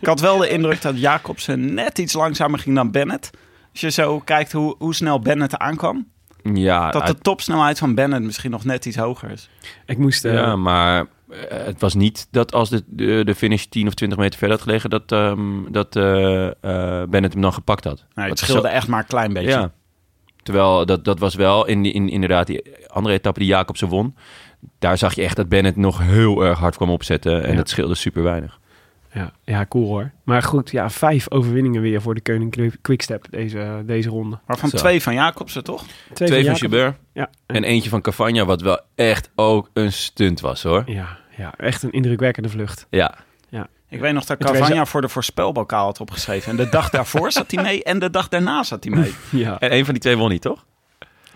E: Ik had wel de indruk dat Jacobsen net iets langzamer ging dan Bennett. Als je zo kijkt hoe, hoe snel Bennett aankwam.
A: Ja,
E: Dat
A: uit-
E: de topsnelheid van Bennett misschien nog net iets hoger is.
B: Ik moest... eh,
A: ja, maar eh, het was niet dat als de, de, de finish 10 of 20 meter verder had gelegen, dat, ehm, dat eh, eh, Bennett hem dan gepakt had.
E: Nee, Nou, het
A: Dat
E: scheelde
A: zo-
E: echt maar een klein beetje.
A: Ja. Terwijl dat, dat was wel in, die- in inderdaad die andere etappe die Jacobsen won. Daar zag je echt dat Bennett nog heel erg hard kwam opzetten. En
B: Ja.
A: dat scheelde super weinig.
B: Ja, ja, cool hoor. Maar goed, ja, vijf overwinningen weer voor de Keuning Kwi- Quickstep deze, deze ronde.
E: Waarvan
A: Zo.
E: twee van Jacobsen, toch?
A: Twee
B: Twee,
A: van
B: Jacob.
A: Gilbert
B: Ja,
A: en eentje van Cavagna, wat wel echt ook een stunt was hoor.
B: ja, ja, echt een indrukwekkende vlucht.
A: Ja,
E: Ik weet nog dat
B: Het was-
E: Cavagna voor de voorspelbokaal had opgeschreven. En de dag daarvoor zat hij mee en de dag daarna zat hij mee.
B: Ja,
A: en een van die twee won niet toch?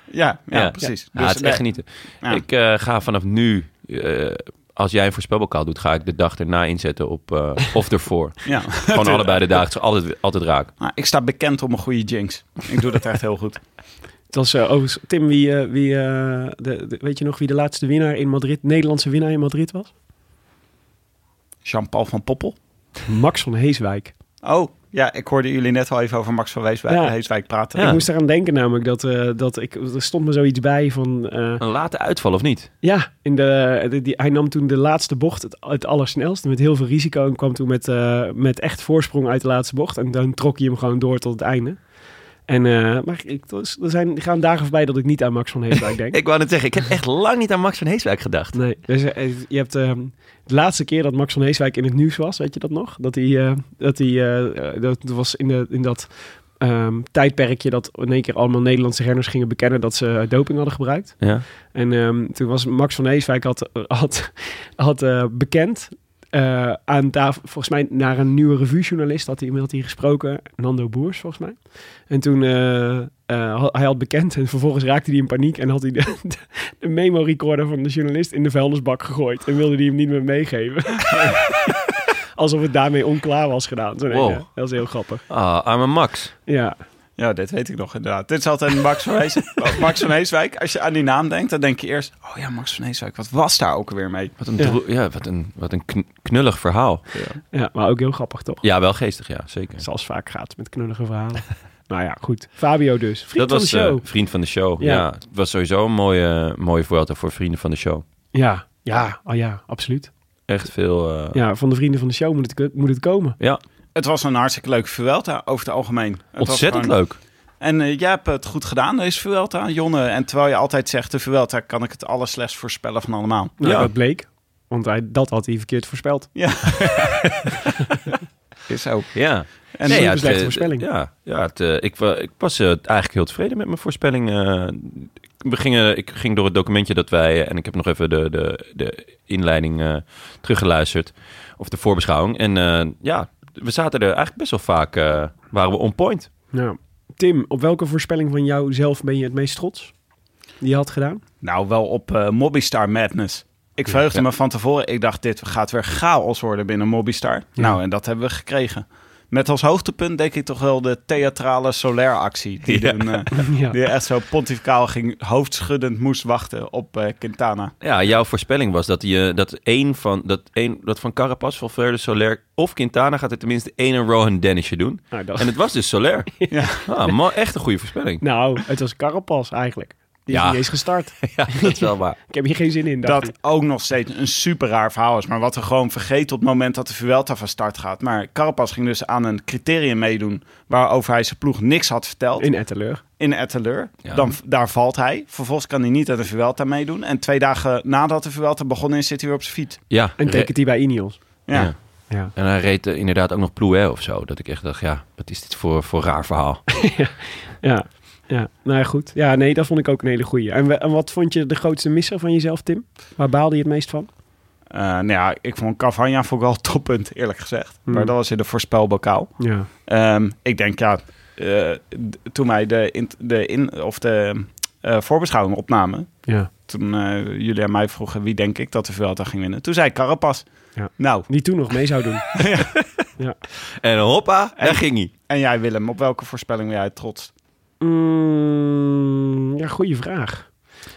E: Ja, ja,
A: Ja.
E: precies. Dus,
A: Ja, het is echt genieten.
E: Ja.
A: Ik eh, ga vanaf nu, eh, als jij een voorspelbokaal doet, ga ik de dag erna inzetten op eh, of ervoor.
E: Ja.
A: Gewoon allebei de dagen. Het is Altijd, altijd raak.
E: Nou, ik sta bekend om een goede jinx. Ik doe dat echt heel goed.
B: het was eh, overigens... Tim, wie, eh, wie, eh, de, de- weet je nog wie de laatste winnaar in Madrid, Nederlandse winnaar in Madrid was?
E: Jean-Paul van Poppel.
B: Max van Heeswijk.
E: Oh, ja, ik hoorde jullie net al even over Max van Weeswijk,
B: Ja.
E: Heeswijk praten.
A: Ja.
B: Ik moest eraan denken namelijk dat, eh, dat ik... Er stond me zoiets bij van... eh,
A: Een late uitval of niet?
B: Ja, in de, de- die, hij nam toen de laatste bocht het, het allersnelst. Met heel veel risico. En kwam toen met, eh, met echt voorsprong uit de laatste bocht. En dan trok hij hem gewoon door tot het einde. En, eh, maar ik, het was- er zijn, er gaan dagen voorbij dat ik niet aan Max van Heeswijk denk.
A: Ik wou net zeggen, ik heb echt lang niet aan Max van Heeswijk gedacht.
B: Nee, dus, eh, je hebt eh, de laatste keer dat Max van Heeswijk in het nieuws was, weet je dat nog? Dat hij, eh, dat hij, eh, eh, dat was in, de, in dat ehm, tijdperkje dat in één keer allemaal Nederlandse renners gingen bekennen dat ze doping hadden gebruikt.
A: Ja.
B: En ehm, toen was Max van Heeswijk had, had, had eh, bekend eh, aan tafel, volgens mij naar een nieuwe revuejournalist had hij inmiddels hier gesproken, Nando Boers volgens mij. En toen eh, eh, had- hij had bekend en vervolgens raakte hij in paniek en had hij de, de, de memo recorder van de journalist in de vuilnisbak gegooid en wilde hij hem niet meer meegeven. Alsof het daarmee onklaar was gedaan. Zo'n
A: Wow.
B: ene. Dat is heel grappig.
A: Ah, arme Max.
B: Ja,
E: Ja, dit weet ik nog inderdaad. Dit is altijd Max van, Hees, Oh, Max van Heeswijk. Als je aan die naam denkt, dan denk je eerst... Oh ja, Max van Heeswijk, wat was daar ook weer mee?
A: Wat een,
B: Ja.
A: droe- ja, wat een, wat een kn- knullig verhaal.
B: ja, maar ook heel grappig toch?
A: Ja, wel geestig, ja, zeker.
B: Zoals vaak gaat met knullige verhalen. nou ja, goed. Fabio dus.
A: dat
B: Vriend van
A: was
B: de show.
A: eh, vriend van de show.
B: Ja.
A: Ja. het was sowieso een mooie, mooie Vuelta voor vrienden van de show.
B: Ja, ja, oh ja, absoluut.
A: Echt veel. eh,
B: Ja, van de vrienden van de show moet het, moet het komen.
A: ja.
E: Het was een hartstikke leuke Vuelta over het algemeen. Het was
A: ontzettend
E: gewoon-
A: leuk.
E: En eh, jij hebt het goed gedaan, deze Vuelta, Jonne. En terwijl je altijd zegt, de Vuelta kan ik het allerslechts voorspellen van allemaal.
B: Nou,
A: Ja.
B: dat bleek. Want hij, dat had hij verkeerd voorspeld.
E: Is ook.
A: Ja.
E: En
B: Nee,
A: ja,
B: super slechte
A: eh,
B: voorspelling.
A: Ja, ja het, eh, ik, wa- ik was eh, eigenlijk heel tevreden met mijn voorspelling. eh. we gingen, ik ging door het documentje dat wij, eh, en ik heb nog even de, de, de inleiding eh, teruggeluisterd, of de voorbeschouwing. En eh, ja, we zaten er eigenlijk best wel vaak, eh, waren we on point.
B: Nou, Tim, op welke voorspelling van jou zelf ben je het meest trots? Die je had gedaan?
E: Nou, wel op eh, Mobistar Madness. Ik verheugde me van tevoren. Ik dacht, dit gaat weer chaos worden binnen Mobistar. Nou, en dat hebben we gekregen. Met als hoogtepunt denk ik toch wel de theatrale Solaire-actie. Die,
A: Ja.
E: dan, eh,
B: ja.
E: die echt zo pontificaal ging, hoofdschuddend moest wachten op eh, Quintana.
A: Ja, jouw voorspelling was dat, je, dat, één van, dat, één, dat van Carapaz, Valverde, Soler of Quintana gaat er tenminste één een Rohan Dennisje doen.
B: Nou, dat-
A: En het was dus Soler.
E: Ja.
A: Ah, man, echt een goede voorspelling.
B: nou, het was Carapas eigenlijk. Die is
A: Ja.
B: niet eens gestart.
A: Ja, dat is wel waar.
B: Ik heb hier geen zin in. dacht
E: Dat
B: ik.
E: ook nog steeds een super raar verhaal is. Maar wat we gewoon vergeten op het moment dat de Vuelta van start gaat. Maar Carapaz ging dus aan een criterium meedoen waarover hij zijn ploeg niks had verteld.
B: In Etteleur.
E: in Etteleur.
A: Ja.
E: Dan, daar valt hij. Vervolgens kan hij niet aan de Vuelta meedoen. En twee dagen nadat de Vuelta begonnen is, zit hij weer op zijn fiets.
A: Ja,
B: En
A: Re-
B: tekent hij bij Ineos.
E: Ja.
A: Ja.
B: Ja.
A: En hij reed eh, inderdaad ook nog Plouet of zo. Dat ik echt dacht, ja, wat is dit voor, voor raar verhaal?
B: Ja. Ja, nou ja, goed. Ja, nee, dat vond ik ook een hele goeie. En, we- en wat vond je de grootste misser van jezelf, Tim? Waar baalde je het meest van?
E: Eh, nou ja, ik vond Cavagna vooral wel het toppunt, eerlijk gezegd.
B: Hmm.
E: Maar dat was in de voorspelbokaal.
B: Ja.
E: Ehm, ik denk, ja, eh, d- toen wij de, in, de, in, of de eh, voorbeschouwing opnamen...
B: ja.
E: toen eh, jullie aan mij vroegen wie denk ik dat de Vuelta ging winnen. Toen zei Carapaz.
B: Ja.
E: Nou,
B: Die toen nog mee zou doen.
A: En hoppa, daar ging hij.
E: en jij Willem, op welke voorspelling ben jij trots?
B: Mm, ja, goede vraag.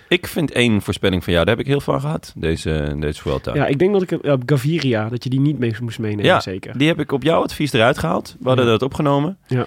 A: Ik vind één voorspelling van jou, daar heb ik heel van gehad. Deze, deze Vuelta.
B: Ja, ik denk dat ik het- op Gaviria, dat je die niet mee moest meenemen,
A: Ja,
B: zeker.
A: Die heb ik op jouw advies eruit gehaald. We hadden
B: Ja.
A: dat opgenomen.
B: Ja.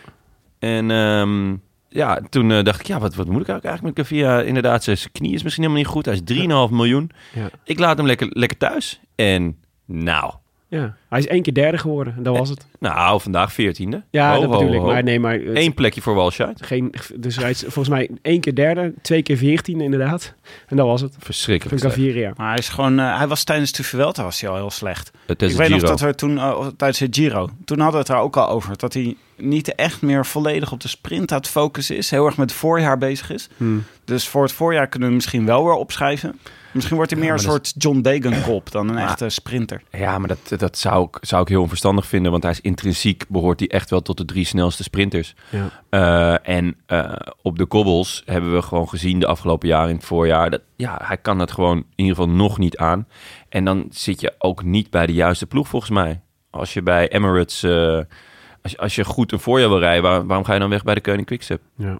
A: En ehm, ja, toen eh, dacht ik, ja, wat, wat moet ik ook eigenlijk met Cavia? Inderdaad, zijn knie is misschien helemaal niet goed. Hij is 3,5 miljoen.
B: Ja.
A: Ik laat hem lekker, lekker thuis. En nou,
B: Ja. Hij is één keer derde geworden en dat was het.
A: nou, vandaag 14e.
B: Ja,
A: Ho,
B: dat
A: ho,
B: bedoel ik.
A: ho.
B: Maar nee, maar... het-
A: Eén plekje voor Walshite.
B: Geen, dus hij is volgens mij één keer derde, twee keer veertien inderdaad. En dat was het. Van
A: Verschrikkelijk. slecht.
B: Gaviria.
E: Maar hij is gewoon, eh, hij was tijdens de Vuelta was hij al heel slecht.
A: Het is
E: ik
A: een
E: weet nog
A: Eh, Giro.
E: dat we toen, eh, tijdens het Giro, toen hadden we het daar ook al over. Dat hij niet echt meer volledig op de sprint aan het focussen is. Heel erg met het voorjaar bezig is. Dus voor het voorjaar kunnen we hem misschien wel weer opschrijven. Misschien wordt hij meer een
A: maar
E: soort John Degenkop dan een echte sprinter.
A: Ja, maar dat, dat zou, ik, zou ik heel onverstandig vinden. Want hij is intrinsiek, behoort hij echt wel tot de drie snelste sprinters.
B: Ja.
A: Eh, en eh, op de kobbels hebben we gewoon gezien de afgelopen jaren in het voorjaar. Dat, ja, hij kan dat gewoon in ieder geval nog niet aan. En dan zit je ook niet bij de juiste ploeg volgens mij. Als je bij Emirates, eh, als, je- als je goed een voorjaar wil rijden, waar- waarom ga je dan weg bij de Koning Quickstep?
B: Ja.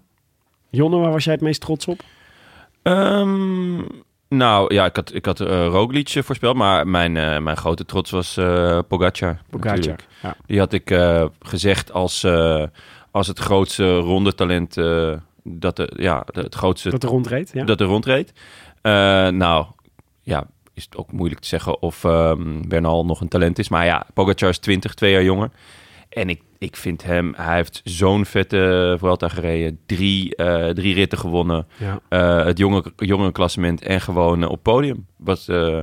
B: Jonne, waar was jij het meest trots op?
A: Ehm, nou ja, ik had, ik had eh, Roglic eh, voorspeld, maar mijn, eh, mijn grote trots was eh Pogacar. natuurlijk.
B: Ja.
A: Die had ik eh, gezegd als, eh, als het grootste rondetalent eh dat de, ja, de- het grootste
B: Dat er rondreed. Ja.
A: dat er rondreed. Eh, nou, ja, is het ook moeilijk te zeggen of ehm, Bernal nog een talent is. Maar ja, Pogacar is 20, twee jaar jonger. En ik, ik vind hem, hij heeft zo'n vette eh, Vuelta gereden. Drie, eh, drie ritten gewonnen.
B: Ja.
A: Eh, het jonge, jonge klassement en gewoon eh, op podium. Wat, eh,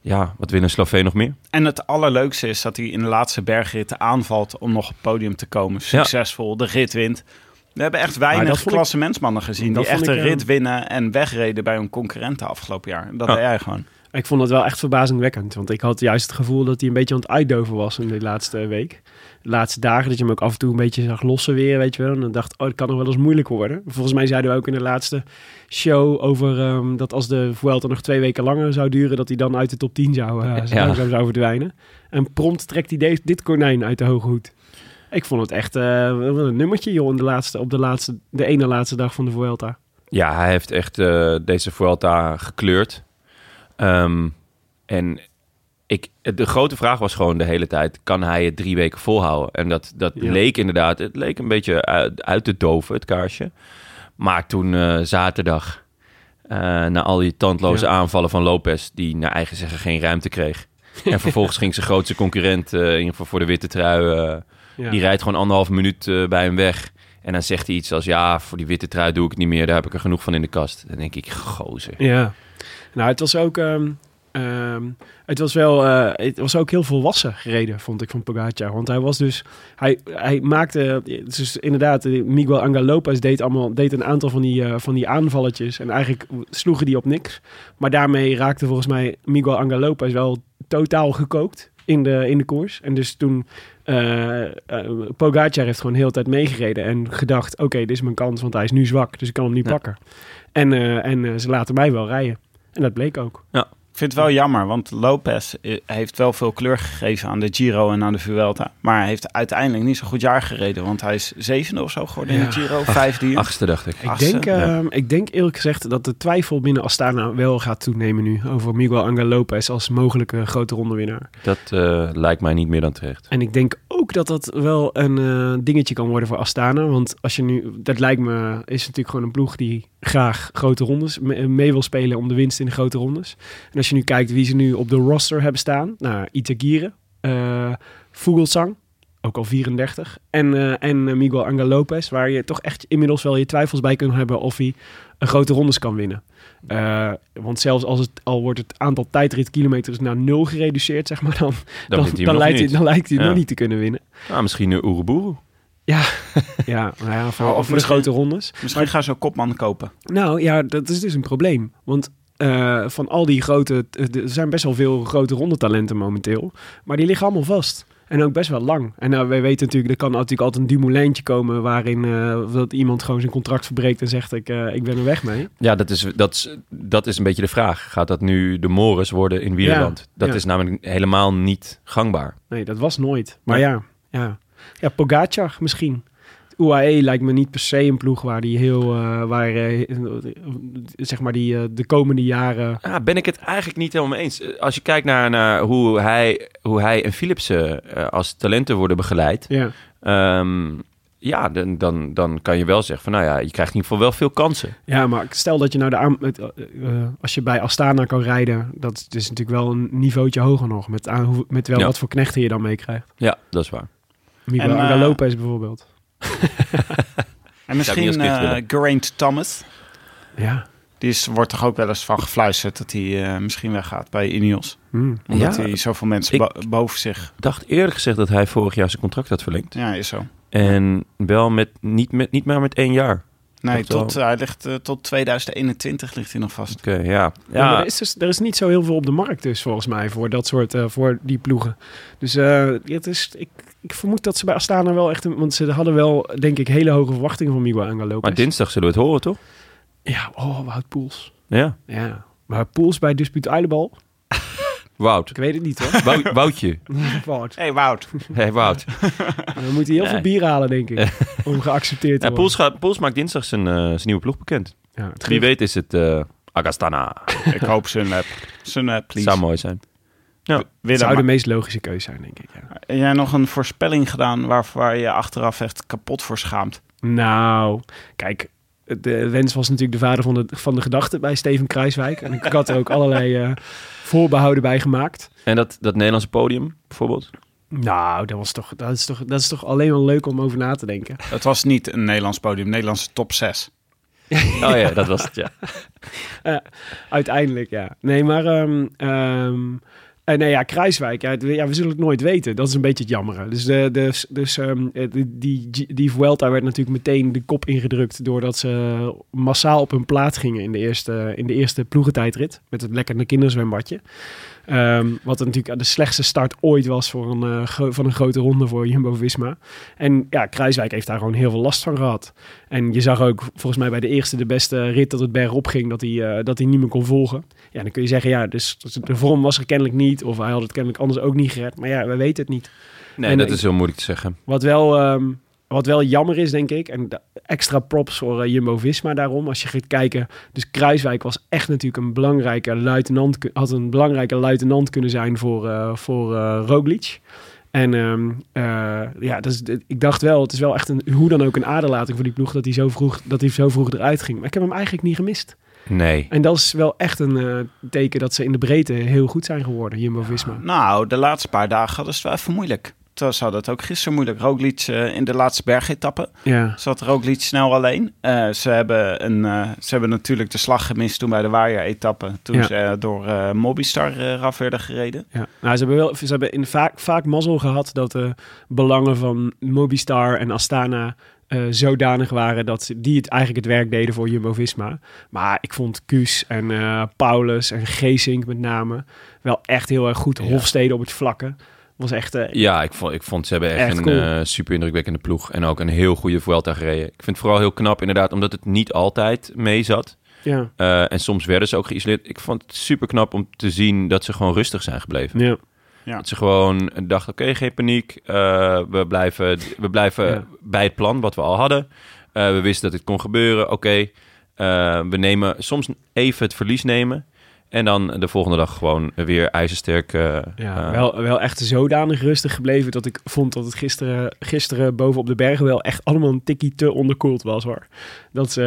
A: ja, wat wil een Sloveen nog meer?
E: En het allerleukste is dat hij in de laatste bergritten aanvalt om nog op het podium te komen. Succesvol, de rit wint. We hebben echt
B: dat
E: weinig
B: vond ik-
E: klassementsmannen gezien
B: dat
E: die echt
B: vond
E: de
B: ik, eh,
E: rit winnen en wegreden bij hun concurrenten afgelopen jaar. En Dat
A: Ja.
E: deed hij gewoon.
B: Ik vond het wel echt verbazingwekkend. Want ik had juist het gevoel dat hij een beetje aan het uitdoven was in de laatste week. De laatste dagen dat je hem ook af en toe een beetje zag lossen weer, weet je wel. En dan dacht oh, het kan nog wel eens moeilijk worden. Volgens mij zeiden we ook in de laatste show over ehm, dat als de Vuelta nog twee weken langer zou duren, dat hij dan uit de top 10 zou, eh,
A: Ja.
B: langzaam zou verdwijnen. En prompt trekt hij deze, dit konijn uit de hoge hoed. Ik vond het echt eh, wat een nummertje, joh, in de laatste, op de, laatste, de ene laatste dag van de Vuelta.
A: Ja, hij heeft echt eh, deze Vuelta gekleurd. Ehm, en ik, de grote vraag was gewoon de hele tijd... kan hij het drie weken volhouden? En dat, dat
B: Ja.
A: leek inderdaad... het leek een beetje uit, uit te doven, het kaarsje. Maar toen eh, zaterdag... eh, na al die tandloze
B: Ja.
A: aanvallen van Lopez... die naar eigen zeggen geen ruimte kreeg. En vervolgens ging zijn grootste concurrent... eh, in ieder geval voor de witte trui... eh,
B: Ja.
A: die rijdt gewoon anderhalf minuut eh, bij hem weg. En dan zegt hij iets als: Ja, voor die witte trui doe ik het niet meer. Daar heb ik er genoeg van in de kast. Dan denk ik: Gozer.
B: Ja. Nou, het was ook, ehm, ehm, het was wel, eh, het was ook heel volwassen gereden, vond ik van Pogacar. Want hij was dus, hij, hij maakte, dus inderdaad, eh, Miguel Angel Lopez deed, allemaal, deed een aantal van die, eh, van die aanvalletjes. En eigenlijk sloegen die op niks. Maar daarmee raakte volgens mij Miguel Angel Lopez wel totaal gekookt. In de, in de koers. En dus toen eh eh, Pogacar heeft gewoon heel de tijd meegereden en gedacht: oké, dit is mijn kans, want hij is nu zwak, dus ik kan hem niet pakken. En, eh, en eh, ze laten mij wel rijden. En dat bleek ook.
E: Ik vind het wel jammer, want Lopez eh, heeft wel veel kleur gegeven aan de Giro en aan de Vuelta. Maar hij heeft uiteindelijk niet zo'n goed jaar gereden, want hij is zevende of zo geworden in
B: Ja.
E: de Giro, vijfde hier.
A: Achtste dacht ik.
B: Ik
E: Assen,
B: denk, ehm, ik denk eerlijk gezegd dat de twijfel binnen Astana wel gaat toenemen nu over Miguel Angel Lopez als mogelijke grote rondewinnaar.
A: Dat eh, lijkt mij niet meer dan terecht.
B: En ik denk ook dat dat wel een eh, dingetje kan worden voor Astana. Want als je nu, dat lijkt me, is natuurlijk gewoon een ploeg die graag grote rondes me- mee wil spelen om de winst in de grote rondes. En als je nu kijkt wie ze nu op de roster hebben staan, nou, Itagire, eh Vogelsang, ook al 34. En, eh, en eh, Miguel Angel Lopez, waar je toch echt inmiddels wel je twijfels bij kunt hebben of hij een grote rondes kan winnen. Eh, want zelfs als het al wordt het aantal tijdritkilometers naar nul gereduceerd, zeg maar, dan,
A: Dan,
B: dan,
A: wint hij hem
B: dan
A: nog
B: lijkt, hij,
A: niet.
B: dan lijkt hij
A: Ja.
B: nog niet te kunnen winnen.
A: Nou, misschien een Oeruboeru.
B: Ja, nou ja, voor,
E: Oh, of
B: voor de
E: misschien-
B: grote rondes.
E: Misschien gaan ze Kopman kopen.
B: Nou ja, dat is dus een probleem. Want eh, van al die grote... eh, Er zijn best wel veel grote rondetalenten momenteel. Maar die liggen allemaal vast. En ook best wel lang. En nou, wij weten natuurlijk, er kan natuurlijk altijd een Dumoulijntje komen... waarin eh, dat iemand gewoon zijn contract verbreekt en zegt... ik, eh, ik ben er weg mee.
A: Ja, dat is, dat, is, dat is een beetje de vraag. Gaat dat nu de Mores worden in Wierland?
B: Ja,
A: dat
B: ja.
A: is namelijk helemaal niet gangbaar.
B: Nee, dat was nooit. Maar ja, ja. Ja, Pogacar misschien. UAE lijkt me niet per se een ploeg waar die heel... eh, waar, eh, zeg maar, die eh, de komende jaren...
A: Ja, ben ik het eigenlijk niet helemaal mee eens. Eh, Als je kijkt naar, naar hoe, hij, hoe hij en Philipsen eh, als talenten worden begeleid.
B: Ja.
A: ehm, ja, dan, dan, dan kan je wel zeggen van nou ja, je krijgt in ieder geval wel veel kansen.
B: Ja, maar stel dat je nou de aan, het, eh, eh, als je bij Astana kan rijden, dat is- is natuurlijk wel een niveautje hoger nog. Met, aan, hoe- met wel
A: Ja.
B: wat voor knechten je dan meekrijgt.
A: Ja, dat is waar.
B: Miguel
E: En, eh,
B: Angel Lopez bijvoorbeeld.
A: niet
E: En misschien
A: als kind
E: eh
A: willen.
E: Geraint Thomas.
B: Ja.
E: Die is, wordt toch ook wel eens van gefluisterd dat hij eh, misschien weggaat bij Ineos.
B: Hm.
E: Omdat
A: Ja,
E: hij zoveel mensen
A: ik-
E: bo- boven zich...
A: Ik dacht eerlijk gezegd dat hij vorig jaar zijn contract had verlengd.
E: Ja, is zo.
A: En wel met niet, met, niet maar met één jaar.
E: Nee,
A: Echt wel.
E: tot, hij ligt, eh, tot 2021 ligt hij nog vast.
A: Oké, ja.
B: Ja. maar er, is dus, er is niet zo heel veel op de markt dus, volgens mij, voor dat soort, eh, voor die ploegen. Dus eh, het is, ik, ik vermoed dat ze bij Astana wel echt, een, want ze hadden wel, denk ik, hele hoge verwachtingen van Miguel Angel Lopez.
A: Maar dinsdag zullen we het horen, toch?
B: Ja, oh, Wout Poels.
A: Ja.
B: Ja. Maar Poels bij Dispute Eilebal?
A: Wout.
B: Ik weet het niet hoor.
A: Wou- Woutje.
B: Wout.
E: hey, Wout.
A: Hey, Wout.
B: Dan moet hij heel
A: Nee.
B: veel bier halen, denk ik, om geaccepteerd te
A: Ja,
B: worden.
A: Pools, gaat, Pools maakt dinsdag zijn, eh, zijn nieuwe ploeg bekend.
B: Ja, het
A: Wie
B: geeft-
A: weet is het eh, Agastana.
E: ik hoop Sunweb. Sunweb,
A: Het
E: please.
A: zou mooi zijn.
B: het
E: Willem,
B: zou de meest logische keuze zijn, denk ik. Ja.
E: heb jij nog een voorspelling gedaan waar, waar je achteraf echt kapot voor schaamt?
B: Nou, kijk, de wens was natuurlijk de vader van de, van de gedachte bij Steven Kruiswijk. En ik had er ook allerlei eh, voorbehouden bij gemaakt.
A: En dat, dat Nederlandse podium, bijvoorbeeld.
B: Nou, dat, was toch, dat, is toch, dat is toch alleen al leuk om over na te denken.
E: Het was niet een Nederlands podium, Nederlandse top 6.
A: Oh ja, dat was het, ja.
B: Uiteindelijk, ja. Nee, maar... ehm ehm, eh, nee, ja, Kruiswijk. Ja, het- ja, we zullen het nooit weten. Dat is een beetje het jammeren. Dus, de, dus, dus ehm, eh, die, die, die Vuelta werd natuurlijk meteen de kop ingedrukt... doordat ze massaal op hun plaat gingen in de eerste, in de eerste ploegentijdrit. Met het lekkende kinderzwembadje. Ehm, wat natuurlijk de slechtste start ooit was voor een, eh, gro- van een grote ronde voor Jumbo-Visma. En ja, Kruiswijk heeft daar gewoon heel veel last van gehad. En je zag ook volgens mij bij de eerste de beste rit dat het bergop ging, dat hij, eh, dat hij niet meer kon volgen. Ja, dan kun je zeggen, ja, dus de vorm was er kennelijk niet. Of hij had het kennelijk anders ook niet gered. Maar ja, we weten het niet.
A: Nee,
B: En
A: dat
B: ik-
A: is heel moeilijk te zeggen.
B: Wat wel, ehm, wat wel jammer is, denk ik. En da- extra props voor eh, Jumbo-Visma daarom. Als je gaat kijken. Dus Kruiswijk was echt natuurlijk een belangrijke luitenant. ku- Had een belangrijke luitenant kunnen zijn voor, eh, voor eh, Roglic. En ehm, eh, ja, dus, dit- ik dacht wel, het is wel echt een, hoe dan ook een aderlating voor die ploeg dat hij, zo vroeg, dat hij zo vroeg eruit ging. Maar ik heb hem eigenlijk niet gemist.
A: Nee.
B: En dat is wel echt een eh, teken dat ze in de breedte heel goed zijn geworden, Jumbo-Visma.
E: Nou, de laatste paar dagen hadden ze het wel even moeilijk. Terwijl Ze hadden het ook gisteren moeilijk. Roglic eh, in de laatste bergetappe
B: Ja.
E: zat Roglic snel alleen. Eh, ze, hebben een, eh, ze hebben natuurlijk de slag gemist toen bij de waaier-etappe. Toen
B: Ja.
E: ze eh, door eh, Mobistar eh af werden gereden.
B: Ja. Nou, ze hebben, wel, ze hebben in vaak, vaak mazzel gehad dat de belangen van Mobistar en Astana eh, zodanig waren dat ze, die het eigenlijk het werk deden voor Jumbo-Visma. Maar ik vond Kuus en eh, Paulus en Geesink met name wel echt heel erg goed.
A: Ja.
B: Hofstede op het vlakken was echt... eh,
A: Ja, ik vond, ik vond ze hebben echt,
B: Echt
A: een
B: cool.
A: eh, super indrukwekkende ploeg. En ook een heel goede Vuelta gereden. Ik vind het vooral heel knap, inderdaad, omdat het niet altijd mee zat.
B: ja.
A: Eh, en soms werden ze ook geïsoleerd. Ik vond het super knap om te zien dat ze gewoon rustig zijn gebleven.
B: ja.
E: Ja.
A: Dat ze gewoon dachten, oké, geen paniek. eh, we blijven, we blijven
B: Ja.
A: bij het plan wat we al hadden. Eh, we wisten dat dit kon gebeuren. Oké, eh, we nemen soms even het verlies nemen. En dan de volgende dag gewoon weer ijzersterk. eh,
B: Ja,
A: eh,
B: wel, wel echt zodanig rustig gebleven dat ik vond dat het gisteren, gisteren boven op de bergen wel echt allemaal een tikkie te onderkoeld was hoor. Dat ze,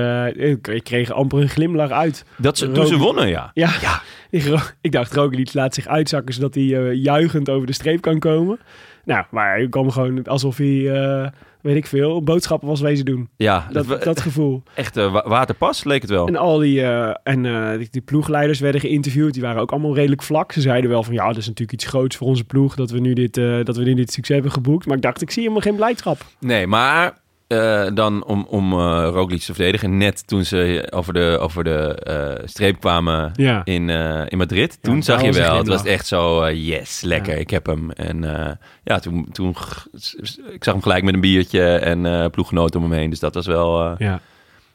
B: eh, ik kreeg amper een glimlach uit.
A: Dat ze, toen ze wonnen, ja.
B: Ja, ik, ro- ik dacht Roglic laat zich uitzakken zodat hij eh, juichend over de streep kan komen. Nou, maar hij kwam gewoon alsof hij, eh, weet ik veel, boodschappen was wezen doen.
A: Ja, dat,
B: Dat, dat gevoel.
A: echt eh, wa- waterpas leek het wel.
B: En al die, eh, en, eh, die, die ploegleiders werden geïnterviewd. Die waren ook allemaal redelijk vlak. Ze zeiden wel van ja, dat is natuurlijk iets groots voor onze ploeg. Dat we nu dit, eh, dat we nu dit succes hebben geboekt. Maar ik dacht, ik zie helemaal geen blijdschap.
A: Nee, maar eh, dan om, om eh, Roglic te verdedigen. Net toen ze over de, over de eh, streep kwamen
B: Ja.
A: in, eh, in Madrid. Toen
B: daar
A: zag je
B: was een
A: wel, het
B: glimlach.
A: was echt zo, eh, yes, lekker,
B: Ja.
A: ik heb hem. En eh, ja, toen, toen, g- s- s- ik zag hem gelijk met een biertje en eh ploeggenoten om hem heen. Dus dat was wel, eh,
B: Ja.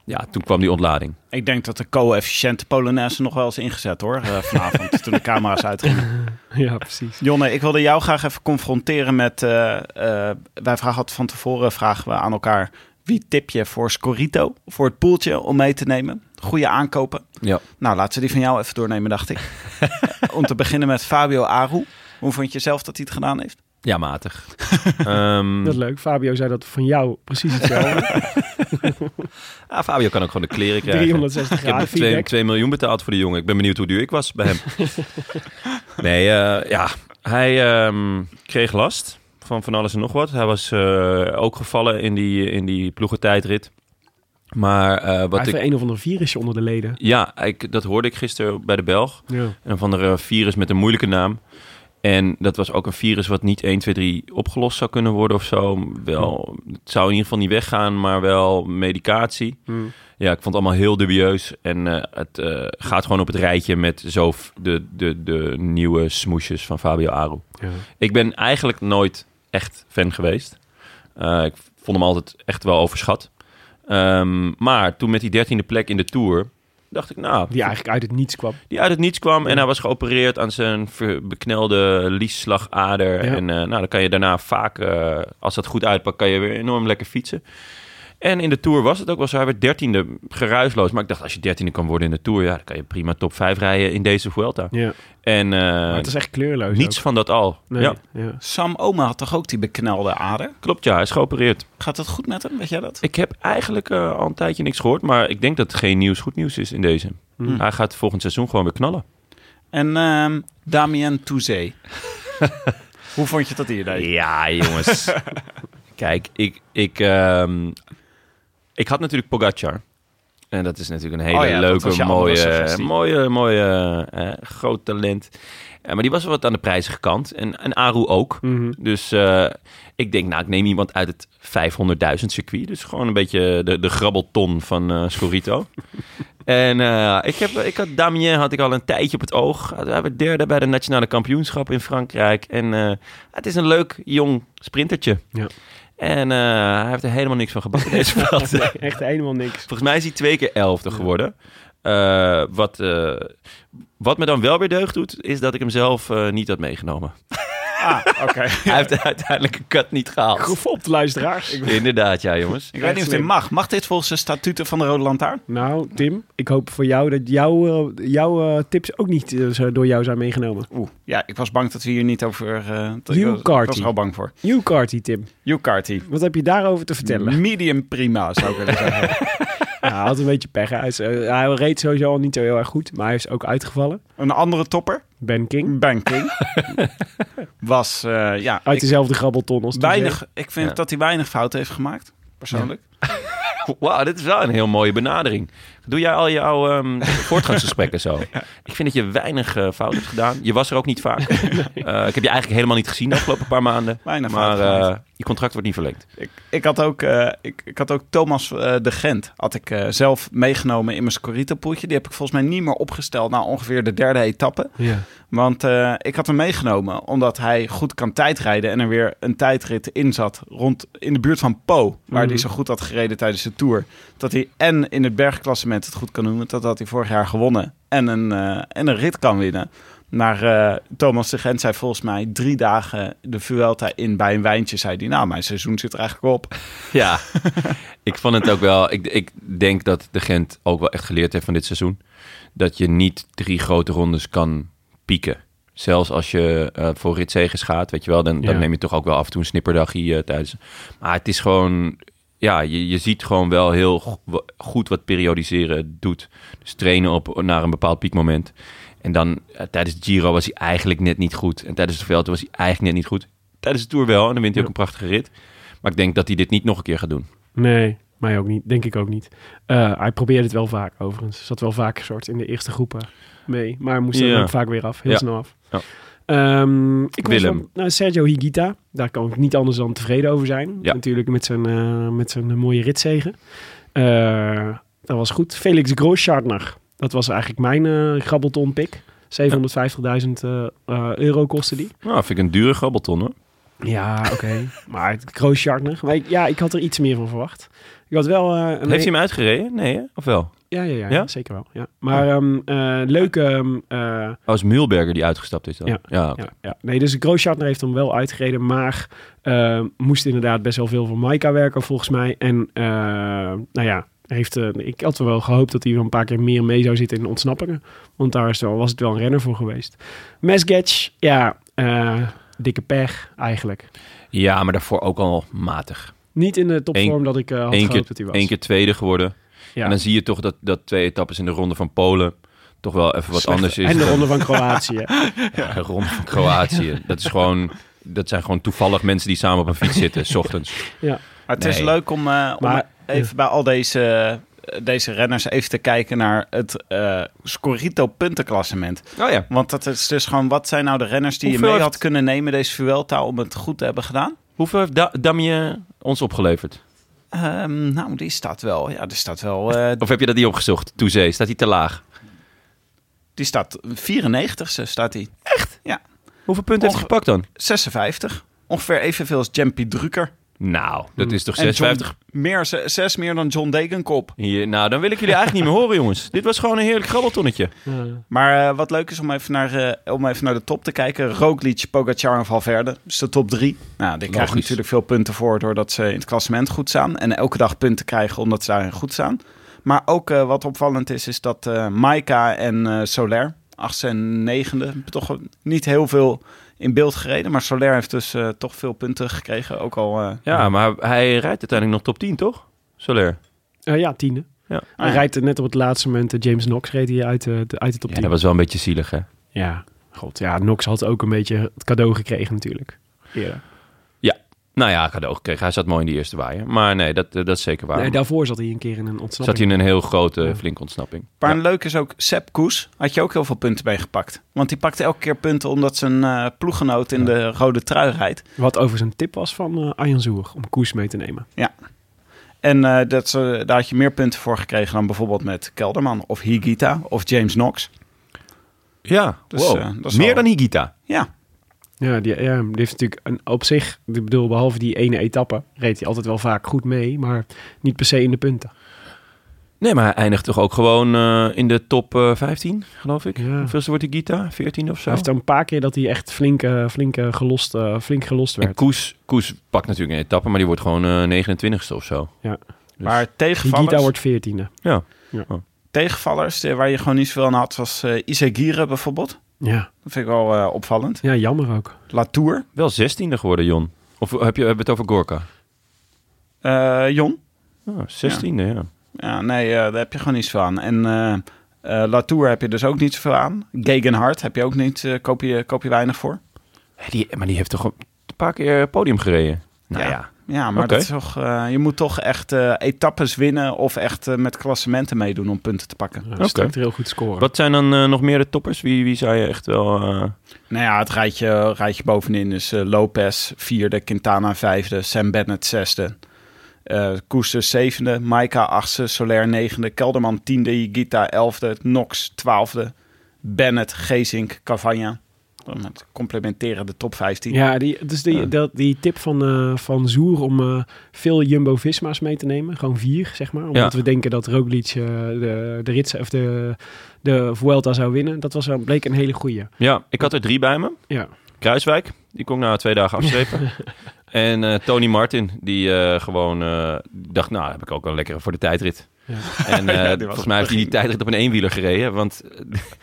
A: ja, toen kwam die ontlading.
E: Ik denk dat de coëfficiënte Polonaise nog wel is ingezet hoor, eh, vanavond toen de camera's uitgingen.
B: Ja, precies.
E: Jonne, ik wilde jou graag even confronteren met, eh, eh, wij vragen had van tevoren vragen we aan elkaar, wie tip je voor Scorito, voor het poeltje om mee te nemen? Goede aankopen.
A: Ja.
E: Nou, laten we die van jou even doornemen, dacht ik. Om te beginnen met Fabio Aru. Hoe vond je zelf dat hij het gedaan heeft?
A: Ja, matig. Ehm,
B: Dat is leuk. Fabio zei dat van jou precies hetzelfde.
A: ah, Fabio kan ook gewoon de kleren krijgen.
B: 360
A: Ik heb
B: graden feedback.
A: 2, miljoen betaald voor de jongen. Ik ben benieuwd hoe duur ik was bij hem. nee, eh, ja. Hij ehm, kreeg last van van alles en nog wat. Hij was eh, ook gevallen in die, in die ploegentijdrit. Maar eh,
B: Hij
A: wat
B: heeft
A: ik...
B: een of ander virusje onder de leden.
A: Ja, ik, dat hoorde ik gisteren bij de Belg.
B: Ja.
A: Een of andere virus met een moeilijke naam. En dat was ook een virus wat niet 1, 2, 3 opgelost zou kunnen worden of zo. Wel, het zou in ieder geval niet weggaan, maar wel medicatie. Ja, ik vond het allemaal heel dubieus. En eh, het eh, gaat gewoon op het rijtje met zo f- de, de, de nieuwe smoesjes van Fabio Aru.
B: Ja.
A: Ik ben eigenlijk nooit echt fan geweest. Eh, ik vond hem altijd echt wel overschat. Ehm, maar toen met die dertiende plek in de Tour, dacht ik, nou,
B: Die eigenlijk uit het niets kwam.
A: die uit het niets kwam. En hij was geopereerd aan zijn ver- beknelde liesslagader.
B: Ja.
A: En eh, nou, dan kan je daarna vaak, eh, als dat goed uitpakt, kan je weer enorm lekker fietsen. En in de Tour was het ook wel zo. Hij werd dertiende, geruisloos. Maar ik dacht, als je dertiende kan worden in de Tour... ja, dan kan je prima top 5 rijden in deze Vuelta.
B: Ja.
A: En eh,
B: Maar het is echt kleurloos.
A: niets
B: ook.
A: van dat al.
B: Nee,
A: Ja,
B: ja.
E: Sam Oma had toch ook die beknelde ader?
A: klopt, ja. Hij is geopereerd.
E: Gaat het goed met hem? Weet jij dat?
A: Ik heb eigenlijk eh, al een tijdje niks gehoord... maar ik denk dat geen nieuws goed nieuws is in deze.
B: Hmm.
A: Hij gaat volgend seizoen gewoon weer knallen.
E: En ehm Damien Touzé. Hoe vond je dat hier deed?
A: Ja, jongens. Kijk, ik, ik, ehm, ik had natuurlijk Pogacar. En dat is natuurlijk een hele
E: Oh ja, dat was
A: leuke,
E: je andere
A: mooie,
E: suggestie.
A: mooie, mooie, eh, groot talent. Eh, maar die was wel wat aan de prijzige kant. En, en Aru ook.
E: Mhm.
A: Dus eh, ik denk, nou, ik neem iemand uit het 500.000 circuit. Dus gewoon een beetje de, de grabbelton van eh Scorito. en eh, ik, heb, ik had Damien had ik al een tijdje op het oog. Hij werd derde bij de nationale kampioenschap in Frankrijk. En eh, het is een leuk, jong sprintertje.
B: Ja.
A: En eh, hij heeft er helemaal niks van gebakken deze veld.
B: Echt helemaal niks.
A: Volgens mij is hij twee keer elfde geworden. Eh, wat, eh, wat me dan wel weer deugd doet, is dat ik hem zelf eh, niet had meegenomen.
E: Oké.
A: Hij heeft uiteindelijk een cut niet gehaald.
B: Gefopt, luisteraars.
A: Inderdaad, ja jongens.
E: Ik weet niet of dit mag. Mag dit volgens de statuten van de Rode Lantaarn?
B: Nou, Tim, ik hoop voor jou dat jouw eh, jouw eh, tips ook niet eh, zo door jou zijn meegenomen.
E: Oeh, ja, ik was bang dat we hier niet over... eh dat-
B: Hugh
E: ik, was, ik was
B: Carty.
E: er al bang voor.
B: New Carty, Tim.
E: Hugh Carty.
B: Wat heb je daarover te
E: Mm.
B: vertellen?
E: Medium prima, zou ik willen zeggen.
B: Ja, hij had een beetje pech. Hij, is, eh, hij reed sowieso al niet zo heel erg goed, maar hij is ook uitgevallen.
E: Een andere topper,
B: Ben
E: Mm.
B: King.
E: Banking, was... eh, ja,
B: Uit
E: ik-
B: dezelfde grabbelton als Touzé.
E: weinig, ik vind
A: Ja.
E: dat hij weinig fouten heeft gemaakt, persoonlijk.
A: Wauw, dit is wel een heel mooie benadering. Doe jij al jouw ehm, voortgangsgesprekken zo? Ik vind dat je weinig eh, fout hebt gedaan. Je was er ook niet vaak. Eh, ik heb je eigenlijk helemaal niet gezien de afgelopen paar maanden.
E: Weinig
A: maar
E: fouten gemaakt.
A: eh, je contract wordt niet verlengd.
E: Ik, ik, had ook, eh, ik, ik had ook Thomas eh, de Gent had ik, eh, zelf meegenomen in mijn Scorito-poeltje. Die heb ik volgens mij niet meer opgesteld na ongeveer de derde etappe.
B: Ja.
E: Want eh, ik had hem meegenomen omdat hij goed kan tijdrijden. En er weer een tijdrit in zat rond in de buurt van Po. Waar hij zo goed had gereden tijdens de Tour. Dat hij en in het bergklassement het goed kan doen. want Dat had hij vorig jaar gewonnen. En een, eh, en een rit kan winnen. Maar eh, Thomas de Gent zei volgens mij drie dagen de Vuelta in bij een wijntje. Zei hij, nou mijn seizoen zit er eigenlijk op.
A: Ja, ik vond het ook wel. Ik, ik denk dat de Gent ook wel echt geleerd heeft van dit seizoen. Dat je niet drie grote rondes kan pieken. Zelfs als je eh, voor ritzegers gaat, weet je wel, dan, dan
B: Ja.
A: neem je toch ook wel af en toe een snipperdagje eh, tijdens. Maar het is gewoon, ja, je, je ziet gewoon wel heel go- wa- goed wat periodiseren doet. Dus trainen op, naar een bepaald piekmoment. En dan eh, tijdens de Giro was hij eigenlijk net niet goed. En tijdens de Vuelta was hij eigenlijk net niet goed. tijdens de Tour wel. En dan wint hij
B: Ja.
A: ook een prachtige rit. Maar ik denk dat hij dit niet nog een keer gaat doen.
B: Nee, mij ook niet. Denk ik ook niet. Eh, hij probeerde het wel vaak overigens. Zat wel vaak soort in de eerste groepen mee. Maar moest er
A: Ja.
B: ook vaak weer af. Heel
A: Ja.
B: snel af.
A: Ja.
B: Ehm, ik was
A: Willem.
B: van- nou, Sergio Higuita. Daar kan ik niet anders dan tevreden over zijn.
A: Ja.
B: Natuurlijk met zijn, eh, met zijn mooie ritzegen. Eh, dat was goed. Felix Grooschartner. Dat was eigenlijk mijn eh grabbelton pick. 750.000 eh, eh, euro kostte die.
A: Nou, vind ik een dure grabbelton hoor.
B: Ja, oké. maar het Grooschartner. Maar ik, ja, ik had er iets meer van verwacht. Ik had wel... eh, een
A: Heeft hij hem uitgereden? Nee, hè? of wel?
B: ja, ja, ja,
A: Ja?
B: zeker wel. Ja. Maar ehm eh, leuk. ehm, eh,
A: Oh, is Mulberger die uitgestapt is dan?
B: Ja.
A: oké.
B: ja, ja. Nee, dus Grooschartner heeft hem wel uitgereden. Maar eh, moest inderdaad best wel veel voor Maika werken, volgens mij. En eh, nou ja, heeft, eh, ik had wel gehoopt dat hij wel een paar keer meer mee zou zitten in de ontsnappingen. Want daar is wel, was het wel een renner voor geweest. Mesgetch, ja, eh, dikke pech eigenlijk.
A: ja, maar daarvoor ook al matig.
B: Niet in de topvorm
A: Eén-
B: dat ik eh,
A: Eén
B: had gehoopt
A: keer,
B: dat hij was.
A: één keer tweede geworden.
B: Ja.
A: En dan zie je toch dat, dat twee etappes in de ronde van Polen toch wel even wat
B: Slecht.
A: anders is.
B: En de
A: dan-
B: ronde van Kroatië.
A: Ja, de ronde van Kroatië. Dat is gewoon... Dat zijn gewoon toevallig mensen die samen op een fiets zitten, s ochtends.
E: Maar het is
A: Nee.
E: leuk om, eh, om
B: Maar-
E: even bij al deze, eh, deze renners even te kijken naar het eh Scorito puntenklassement.
A: Oh ja.
E: Want dat is dus gewoon, wat zijn nou de renners die
A: Hoeveel
E: je mee
A: heeft-
E: had kunnen nemen deze Vuelta om het goed te hebben gedaan?
A: Hoeveel heeft Da- Damien ons opgeleverd?
E: Ehm, nou, die staat wel, ja, die staat wel, eh,
A: Of heb je dat niet opgezocht? Toezee, staat hij te laag?
E: die staat 94ste staat die.
A: Hoeveel punten heeft hij gepakt dan?
E: 56. Ongeveer evenveel als Jampie Drucker.
A: Nou,
B: Hmm.
A: dat is toch
E: En John-
A: 56
E: Meer, ze- zes meer dan John Degenkop.
A: Hier, nou, dan wil ik jullie eigenlijk niet meer horen, jongens. Dit was gewoon een heerlijk grabbeltonnetje.
B: Ja.
E: Maar eh, wat leuk is om even, naar, eh, om even naar de top te kijken. Roglic, Pogacar en Valverde. Dus de top drie. Nou, die krijgen
A: Logisch.
E: natuurlijk veel punten voor doordat ze in het klassement goed staan. En elke dag punten krijgen omdat ze daarin goed staan. Maar ook eh, wat opvallend is, is dat eh Maika en eh, Soler, achtste en negende, toch niet heel veel in beeld gereden. Maar Soler heeft dus eh, toch veel punten gekregen. Ook al... eh,
A: Ja, maar hij rijdt uiteindelijk nog top 10, toch? Soler.
B: Eh, ja, tiende.
A: Ja.
B: Hij rijdt eh, net op het laatste moment. eh, James Knox reed hier uit, eh, de- de- uit de top 10.
A: Ja, dat was wel een beetje zielig, hè?
B: Ja, god. Ja, Knox had ook een beetje het cadeau gekregen natuurlijk. Eerder.
A: Nou ja, ik had ook gekregen. Hij zat mooi in die eerste waaier. Maar nee, dat, eh, dat is zeker waar.
B: Nee, daarvoor zat hij een keer in een
A: Zat
B: ontsnapping.
A: hij in een heel grote, flinke ontsnapping.
E: Maar
A: Ja.
E: leuk is ook, Sepp Koes had je ook heel veel punten mee gepakt. Want die pakte elke keer punten omdat zijn eh, ploeggenoot in de rode trui rijdt.
B: Wat overigens een tip was van eh Arjan Zoer om Koers mee te nemen.
E: En eh, dat, ze- daar had je meer punten voor gekregen dan bijvoorbeeld met Kelderman of Higita of James Knox.
A: Ja,
E: Dus,
A: wow.
E: eh, dat is
A: Meer
E: wel-
A: dan Higita.
E: Ja,
B: Ja, die, ja, die heeft natuurlijk een, op zich, ik bedoel, behalve die ene etappe, reed hij altijd wel vaak goed mee, maar niet per se in de punten.
A: Nee, maar hij eindigt toch ook gewoon eh, in de top eh, 15, geloof ik?
B: Ja.
A: Hoeveel wordt Higita? 14 of zo?
B: Hij heeft een paar keer dat hij echt flink, eh, flink, eh, gelost, eh, flink gelost
A: En
B: werd.
A: Koes, Koes pakt natuurlijk een etappe, maar die wordt gewoon eh 29ste of zo.
E: maar
B: Dus Higita
E: tegenvallers,
B: wordt veertiende.
A: Ja.
E: tegenvallers eh, waar je gewoon niet zoveel aan had was eh Isegire bijvoorbeeld.
B: Ja.
E: Dat vind ik wel eh, opvallend.
B: ja, jammer ook.
E: Latour,
A: Wel 16e geworden, Jon. Of heb je, hebben we het over Gorka?
E: eh, Jon.
A: Ah, 16e, ja.
E: Ja, nee, eh, daar heb je gewoon niet zoveel aan. En eh eh, Latour heb je dus ook niet zoveel aan. Gegenhard heb je ook niet, eh, koop, je, koop je weinig voor.
A: Hé, die, maar die heeft toch een paar keer eh, podium gereden? Nou ja.
E: Ja, maar
A: Oké.
E: dat is toch, eh, je moet toch echt eh, etappes winnen of echt eh, met klassementen meedoen om punten te pakken.
B: Ja,
A: Oké.
B: Structureel goed scoren.
A: Wat zijn dan eh, nog meer de toppers? Wie, wie zou je echt wel... eh,
E: Nou ja, het rijtje, rijtje bovenin is eh, Lopez vierde, Quintana vijfde, Sam Bennett zesde. eh Koes dus zevende, Maika achtste, Soler negende, Kelderman tiende, Higita elfde, Knox twaalfde, Bennett, Gezink, Cavagna. Dan met Complementeren de top 15.
B: Ja, die, dus die, dat, die tip van, eh, van Zoer om eh, veel Jumbo-Visma's mee te nemen. Gewoon vier, zeg maar. Omdat
A: Ja.
B: we denken dat Roglic eh, de, de, rit, of de, de Vuelta zou winnen. Dat was, wel- bleek een hele goeie.
A: Ja, ik had er drie bij me.
B: Ja.
A: Kruiswijk, die kon ik na twee dagen afstrepen. en eh, Tony Martin, die eh, gewoon eh, dacht, nou, heb ik ook wel lekker voor de tijdrit.
B: Ja.
A: En eh,
E: die was
A: volgens mij heeft hij die tijdrit op een eenwieler gereden. Want, eh,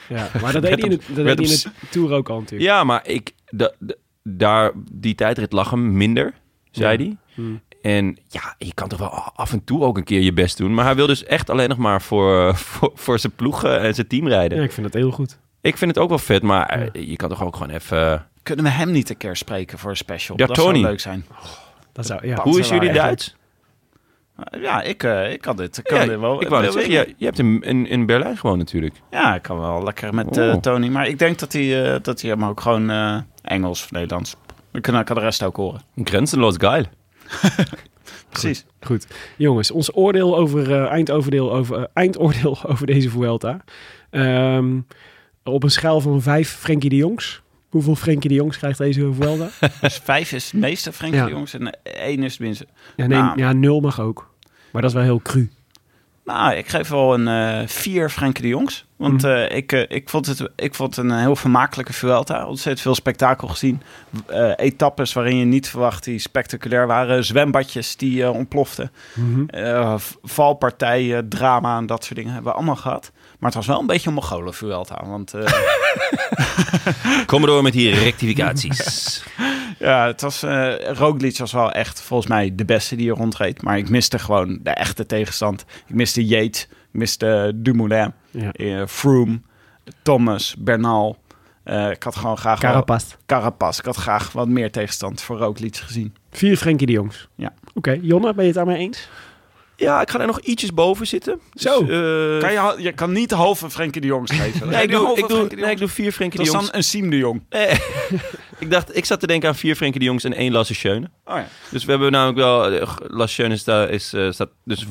B: Ja, maar dat deed hij in, het, dat deed
A: werd
B: hij in het Tour ook al natuurlijk.
A: ja, maar ik, da- da- daar, die tijdrit lag hem minder, zei
B: Ja.
A: hij.
B: Hmm.
A: En ja, je kan toch wel af en toe ook een keer je best doen. Maar hij wil dus echt alleen nog maar voor, voor, voor zijn ploegen en zijn team rijden.
B: Ja, ik vind dat heel goed.
A: Ik vind het ook wel vet, maar eh, je kan toch ook gewoon even...
E: Kunnen we hem niet een keer spreken voor een special?
A: Ja,
E: dat zou
A: Tony.
E: leuk zijn.
B: Dat zou, ja.
A: Hoe is jullie
B: Echt-
A: Duits?
E: Ja, ik, eh, ik kan dit. Ik kan
A: Ja,
E: dit wel.
A: ik wou net
E: wil-
A: zeggen, je, je hebt hem in, in Berlijn gewoon natuurlijk.
E: Ja, ik kan wel lekker met eh,
A: Oh.
E: Tony. Maar ik denk dat hij, eh, dat hij hem ook gewoon eh, Engels of Nederlands. Ik kan, ik kan de rest ook horen.
A: Grenzenloos geil.
E: Precies.
B: Goed. Jongens, ons oordeel over, eh, eindoordeel, over, eh, eindoordeel over deze Vuelta. Ehm, op een schaal van vijf Frenkie de Jongs. Hoeveel Frenkie de Jongs krijgt deze Vuelta?
E: Dus vijf is het meeste, Frenkie
B: Ja.
E: de Jongs. En eh, één is het minste.
B: Ja, nee,
E: Nou.
B: ja, nul mag ook. Maar dat is wel heel cru.
E: Nou, ik geef wel een eh, vier Frenkie de Jongs. Want eh, ik, eh, ik, vond het, ik vond het een heel vermakelijke Vuelta. Ontzettend veel spektakel gezien. Eh, etappes waarin je niet verwacht die spectaculair waren. Zwembadjes die eh, ontploften. Eh, v- valpartijen, drama en dat soort dingen hebben we allemaal gehad. Maar het was wel een beetje een Mongolen Vuelta. Want eh,
A: Kom maar door met die rectificaties.
E: ja, het was, eh Roglic was wel echt volgens mij de beste die er rondreed. Maar ik miste gewoon de echte tegenstand. Ik miste Yates, ik miste Dumoulin,
B: Ja.
E: eh, Froome, Thomas, Bernal. Eh, ik had gewoon graag... wel-
B: Carapast.
E: Carapaz. Ik had graag wat meer tegenstand voor Roglic gezien.
B: Vier Frenkie de Jongs.
E: Ja.
B: Oké, Jonne, ben je het daarmee eens?
A: ja, ik ga daar nog ietsjes boven zitten.
B: Zo.
A: eh,
E: Kan je, ha- je kan niet de halve Frenkie de Jong schrijven.
A: nee, ik doe, ik, doe, nee,
E: nee,
A: ik doe vier Frenkie de
E: Dat is
A: Jongs.
E: dan een Siem de Jong.
A: Nee. Eh, ik, dacht, ik zat te denken aan vier Frenkie de Jongs en één Lasse Schöne.
E: Oh, ja.
A: Dus we hebben namelijk wel... eh, Lasse Schöne is, daar- is, eh, staat dus 4,2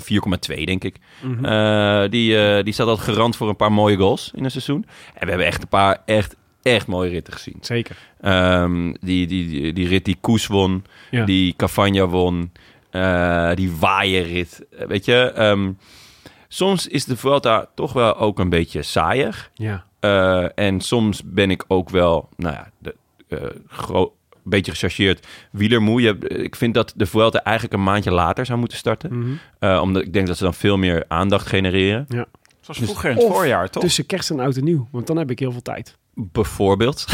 A: denk ik. Eh, die, eh, die staat al garant voor een paar mooie goals in een seizoen. En we hebben echt een paar echt, echt mooie ritten gezien.
B: Zeker.
A: Ehm, die, die, die, die rit die Koes won,
B: Ja.
A: die Cavagna won, eh, die waaierrit. Eh, Weet je, ehm, soms is de Vuelta toch wel ook een beetje saaier.
B: Ja.
A: Eh, en soms ben ik ook wel, nou ja, de, eh, gro- een beetje gechargeerd wielermoe. Je, hebt- eh, ik vind dat de Vuelta eigenlijk een maandje later zou moeten starten. Eh, omdat ik denk dat ze dan veel meer aandacht genereren.
E: Zoals
A: Dus
E: vroeger in het
B: Of
E: voorjaar, toch?
B: Tussen kerst en oud en nieuw, want dan heb ik heel veel tijd.
A: Bijvoorbeeld.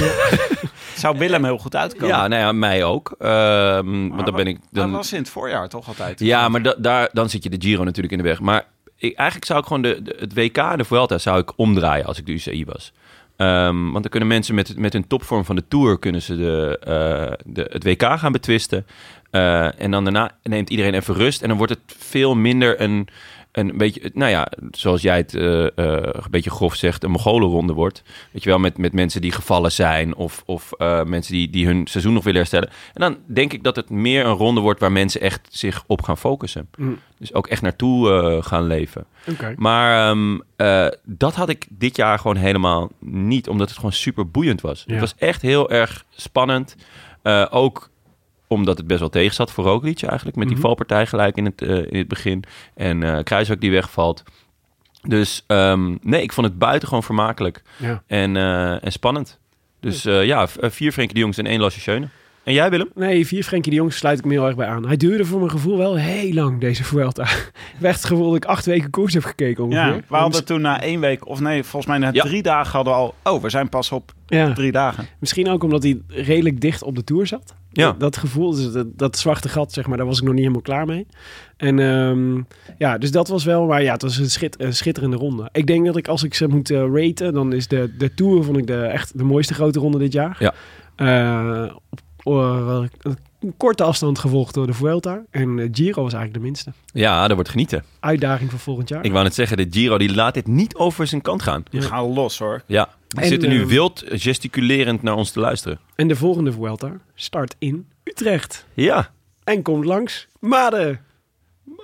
E: Zou Willem heel goed uitkomen?
A: Ja, nou ja, mij ook. Ehm, want dan ben ik...
E: Dat
A: Dan,
E: was in het voorjaar toch altijd?
A: Ja, maar da- daar, dan zit je de Giro natuurlijk in de weg. Maar ik, eigenlijk zou ik gewoon de, de- het WK, en de Vuelta, zou ik omdraaien als ik de UCI was. Ehm, want dan kunnen mensen met, met hun topvorm van de Tour... kunnen ze de, eh, de, het WK gaan betwisten. Eh, en dan daarna neemt iedereen even rust. En dan wordt het veel minder een, een beetje... Nou ja, zoals jij het eh, eh, een beetje grof zegt, een Mongolenronde wordt. Weet je wel, met, met mensen die gevallen zijn... of, of eh, mensen die, die hun seizoen nog willen herstellen. En dan denk ik dat het meer een ronde wordt... waar mensen echt zich op gaan focussen. Dus ook echt naartoe eh, gaan leven.
B: Oké.
A: Maar ehm, eh, dat had ik dit jaar gewoon helemaal niet, omdat het gewoon super boeiend was.
B: Ja.
A: Het was echt heel erg spannend. Eh, ook omdat het best wel tegen zat voor Roglic eigenlijk. Met die valpartij gelijk in het, eh, in het begin. En eh Kruiswijk die wegvalt. Dus ehm, nee, ik vond het buitengewoon vermakelijk.
B: Ja.
A: En, eh, en spannend. Dus eh, ja, v- eh, vier Frenkie de Jongs en één Lasse Schöne. En jij Willem?
B: Nee, vier Frenkie de Jong sluit ik me heel erg bij aan. Hij duurde voor mijn gevoel wel heel lang, deze Vuelta. Ik heb echt het gevoel dat ik acht weken koers heb gekeken ongeveer.
E: Ja, we hadden toen na één week, of nee, volgens mij na
A: Ja. Eh.
E: drie dagen hadden we al... Oh, we zijn pas op
B: Ja.
E: drie dagen.
B: Misschien ook omdat hij redelijk dicht op de tour zat.
A: Ja.
B: Dat, dat gevoel, dus dat, dat zwarte gat, zeg maar, daar was ik nog niet helemaal klaar mee. En ehm, ja, dus dat was wel, maar ja, het was een, schit, een schitterende ronde. Ik denk dat ik, als ik ze moet eh, raten, dan is de, de tour, vond ik de, echt de mooiste grote ronde dit jaar.
A: Ja.
B: Eh, op, op- een korte afstand gevolgd door de Vuelta. En eh, Giro was eigenlijk de minste.
A: Ja, dat wordt genieten.
B: Uitdaging voor volgend jaar.
A: Ik wou net zeggen, de Giro die laat dit niet over zijn kant gaan.
E: Die gaan los, hoor.
A: Ja, die
B: En,
A: zitten nu
B: ehm,
A: wild gesticulerend naar ons te luisteren.
B: En de volgende Vuelta start in Utrecht.
A: Ja,
B: En komt langs Maden.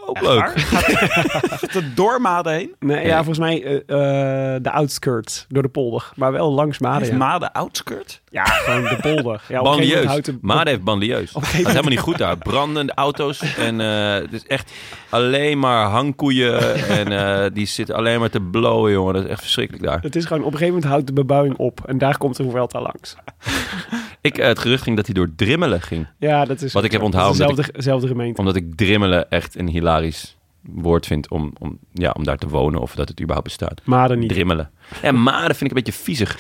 A: ook leuk.
E: Gaat het door Maden heen?
B: Nee, ja, volgens mij eh, eh, de outskirts door de polder. Maar wel langs Maden.
E: Is
B: Ja,
E: Maden outskirt?
B: Ja, gewoon de polder. Ja, op een gegeven moment
A: Banlieus.
B: houdt de-
A: Maar hij heeft banlieus. Het
B: Op een
A: is
B: gegeven
A: helemaal niet goed daar. Brandende auto's. En eh, het is echt alleen maar hangkoeien. En eh, die zitten alleen maar te blowen, jongen. Dat is echt verschrikkelijk daar.
B: Het is gewoon, op een gegeven moment houdt de bebouwing op. En daar komt de Vuelta langs.
A: Ik, eh, het gerucht ging dat hij door Drimmelen ging.
B: Ja, dat is...
A: Wat ik heb onthouden,
B: dat is Dezelfde, dezelfde gemeente.
A: Omdat ik Drimmelen echt een hilarisch woord vind om, om, ja, om daar te wonen. Of dat het überhaupt bestaat.
B: Maden niet.
A: Drimmelen. En Maden vind ik een beetje viezig.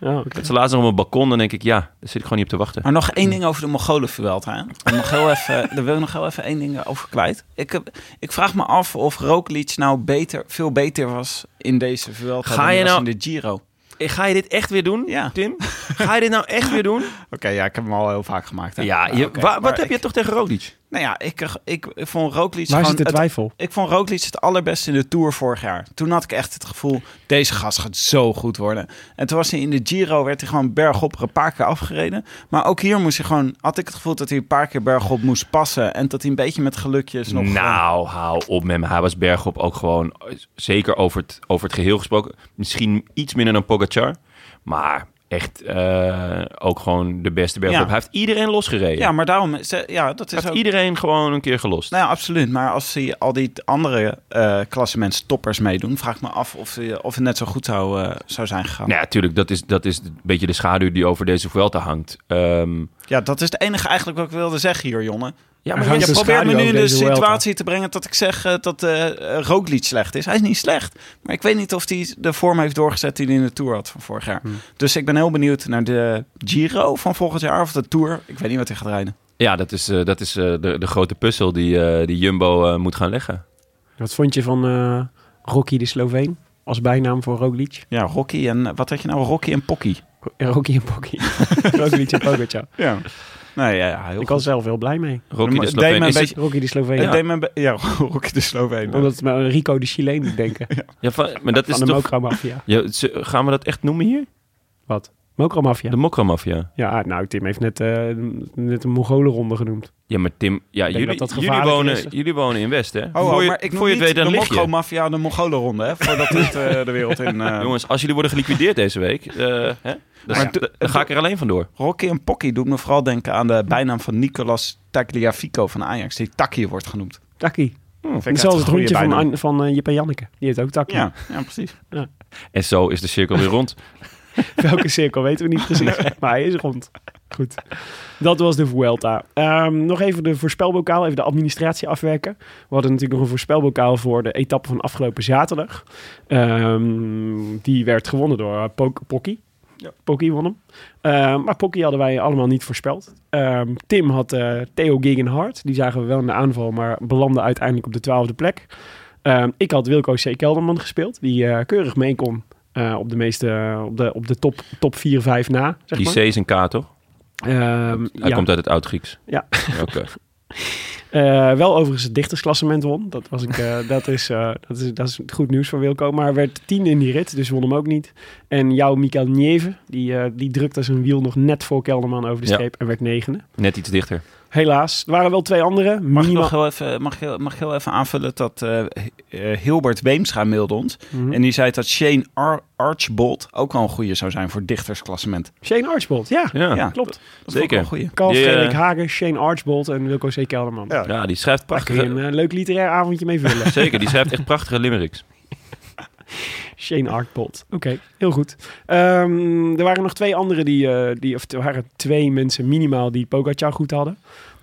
B: Ja, oké.
A: Dat ze laatst nog op mijn balkon. Dan denk ik, ja, daar zit ik gewoon niet op te wachten.
E: Maar nog één ding over de Mongolen-Vuelta. hè? Om nog heel even- Daar wil ik nog heel even één ding over kwijt. Ik, heb- ik vraag me af of Roglic nou beter, veel beter was in deze Vuelta
A: Ga
E: dan
A: je
E: hij was
A: nou-
E: in de Giro.
A: Ga je dit echt weer doen,
E: Ja.
A: Tim? Ga je dit nou echt weer doen?
E: Oké, ja, ik heb hem al heel vaak gemaakt. hè.
A: Ja, je,
E: Ah, oké,
A: wa- wat
E: maar
A: heb je
E: ik-
A: toch tegen Roglic?
E: Nou ja, ik, ik, ik vond Roglic
B: Waar
E: gewoon...
B: zit de
E: het-
B: twijfel?
E: ik vond Roglic het allerbeste in de Tour vorig jaar. Toen had ik echt het gevoel, deze gast gaat zo goed worden. En toen was hij in de Giro, werd hij gewoon bergop er een paar keer afgereden. Maar ook hier moest hij gewoon, had ik het gevoel dat hij een paar keer bergop moest passen. En dat hij een beetje met gelukjes nog...
A: Nou, hou op met me. Hij was bergop ook gewoon, eh, zeker over het, over het geheel gesproken, misschien iets minder dan Pogacar. Maar echt eh, ook gewoon de beste bergop.
E: Ja.
A: Hij heeft iedereen losgereden.
E: Ja, maar daarom... is- Ja, dat
A: Hij
E: is
A: heeft
E: ook...
A: iedereen gewoon een keer gelost.
E: Nou ja, absoluut. Maar als hij al die andere eh klassements toppers meedoen... vraag ik me af of, hij- of het net zo goed zou, eh, zou zijn gegaan.
A: Nou ja, natuurlijk, dat is, dat is een beetje de schaduw die over deze Vuelta hangt. Ehm,
E: Ja, dat is het enige eigenlijk wat ik wilde zeggen hier, jongen.
A: ja,
B: Hij
A: maar
B: hangt de
E: Je probeert me
B: schaduw
E: nu in
B: over
E: de
B: deze Vuelta.
E: situatie te brengen dat ik zeg eh, dat eh Roglic slecht is. Hij is niet slecht. Maar ik weet niet of hij de vorm heeft doorgezet die hij in de Tour had van vorig jaar. Dus ik ben heel benieuwd naar de Giro van volgend jaar of de Tour. Ik weet niet wat hij gaat rijden.
A: ja dat is, eh, dat is eh, de, de grote puzzel die, eh, die Jumbo eh, moet gaan leggen.
B: Wat vond je van eh, Rocky de Sloveen als bijnaam voor Roglic?
E: Ja, Rocky en... eh, Wat had je nou? Rocky en Pocky.
B: Rocky en Pocky. Roglic en Pogacar.
E: Ja. Nee, ja, ja heel
B: Ik
E: goed.
B: was zelf heel blij mee.
A: Rocky
E: Maar
A: de
E: het deed
A: Sloveen
E: me een
A: is het-
E: beetje-
B: Rocky de Sloveen.
E: Het deed me een be- Ja, Rocky de Sloveen.
B: Omdat het me aan Rico de Chileen doet denken.
A: ja, van- maar dat is
B: van de
A: toch...
B: Mokra Mafia.
A: Ja, ze- gaan we dat echt noemen hier?
B: Wat? Mokra Mafia?
A: De Mokramafia.
B: Ja, nou, Tim heeft net, eh, net een Mongolenronde genoemd.
A: Ja, maar Tim, ja,
B: denk
A: jullie,
B: dat dat
A: jullie,
B: gevaarlijk
A: wonen,
B: is.
A: jullie wonen in West, hè?
E: Oh,
A: Voor je-
E: maar ik
A: voor
E: noem
A: je
E: niet
A: het weet,
E: de
A: dan lig je.
E: Mokro-mafia de Mongolenronde, hè? Voordat dit eh, de wereld in... eh,
A: Jongens, als jullie worden geliquideerd deze week, eh, hè? Dan,
E: Maar
A: dan- dan ga ik er alleen vandoor.
B: Hm.
E: Rocky en Pocky doet me vooral denken aan de bijnaam van Nicolas Tagliafico van Ajax, die Takkie wordt genoemd.
B: Takkie.
E: Vind ik echt
B: Zoals
E: een
B: het
E: goede
B: hondje van,
E: bijnaam.
B: An- van eh, Jip en Janneke. Die heeft ook takkie.
E: Ja, ja, precies.
A: En zo is de cirkel weer rond.
B: Welke cirkel weten we niet precies, maar hij is rond. Goed, dat was de Vuelta. Ehm, nog even de voorspelbokaal, even de administratie afwerken. We hadden natuurlijk nog een voorspelbokaal voor de etappe van afgelopen zaterdag. Ehm, die werd gewonnen door eh, Pok Pokkie. Pokkie won hem. Ehm, maar Pokkie hadden wij allemaal niet voorspeld. Ehm, Tim had eh, Theo Gegenhardt. Die zagen we wel in de aanval, maar belandde uiteindelijk op de twaalfde plek. Ehm, ik had Wilco C. Kelderman gespeeld, die eh, keurig mee kon eh, op de meeste, op de, op de top, top 4, 5 na. Zeg
A: Die C
B: maar.
A: is een K, toch?
B: Ehm,
A: Hij
B: ja.
A: komt uit het Oud-Grieks.
B: Ja.
A: Oké.
B: Eh, wel overigens het dichtersklassement won. Dat, was ik, eh, dat, is, eh, dat, is, dat is goed nieuws voor Wilco. Maar werd tien in die rit, dus won hem ook niet. En jouw Mikael Nieve, die, eh, die drukte zijn wiel nog net voor Kelderman over de
A: Ja.
B: streep en werd negende.
A: Net iets dichter.
B: Helaas. Er waren wel twee andere.
E: Mag ik
B: Minimaal-
E: nog heel even, mag ik, heel- mag ik heel even aanvullen dat eh, eh, Hilbert Weemstra mailde ons.
B: Mhm.
E: En die zei dat Shane Ar- Archbold ook wel een goeie zou zijn voor dichtersklassement.
B: Shane Archbold, ja.
A: Ja,
E: Ja.
A: ja.
B: Klopt.
E: Dat vond ik wel
A: Zeker.
E: een goeie.
B: Carl
A: Die, eh,
B: Frederik Hagen, Shane Archbold en Wilco C. Kelderman.
E: Ja.
A: die schrijft
B: Daar kun je
A: prachtige...
B: een eh, leuk literair avondje mee vullen.
A: Zeker, die schrijft echt prachtige limericks.
B: Shane Archbold. Oké, heel goed. Ehm, er waren nog twee andere die, eh, die, of er waren twee mensen minimaal die Pogacar goed hadden.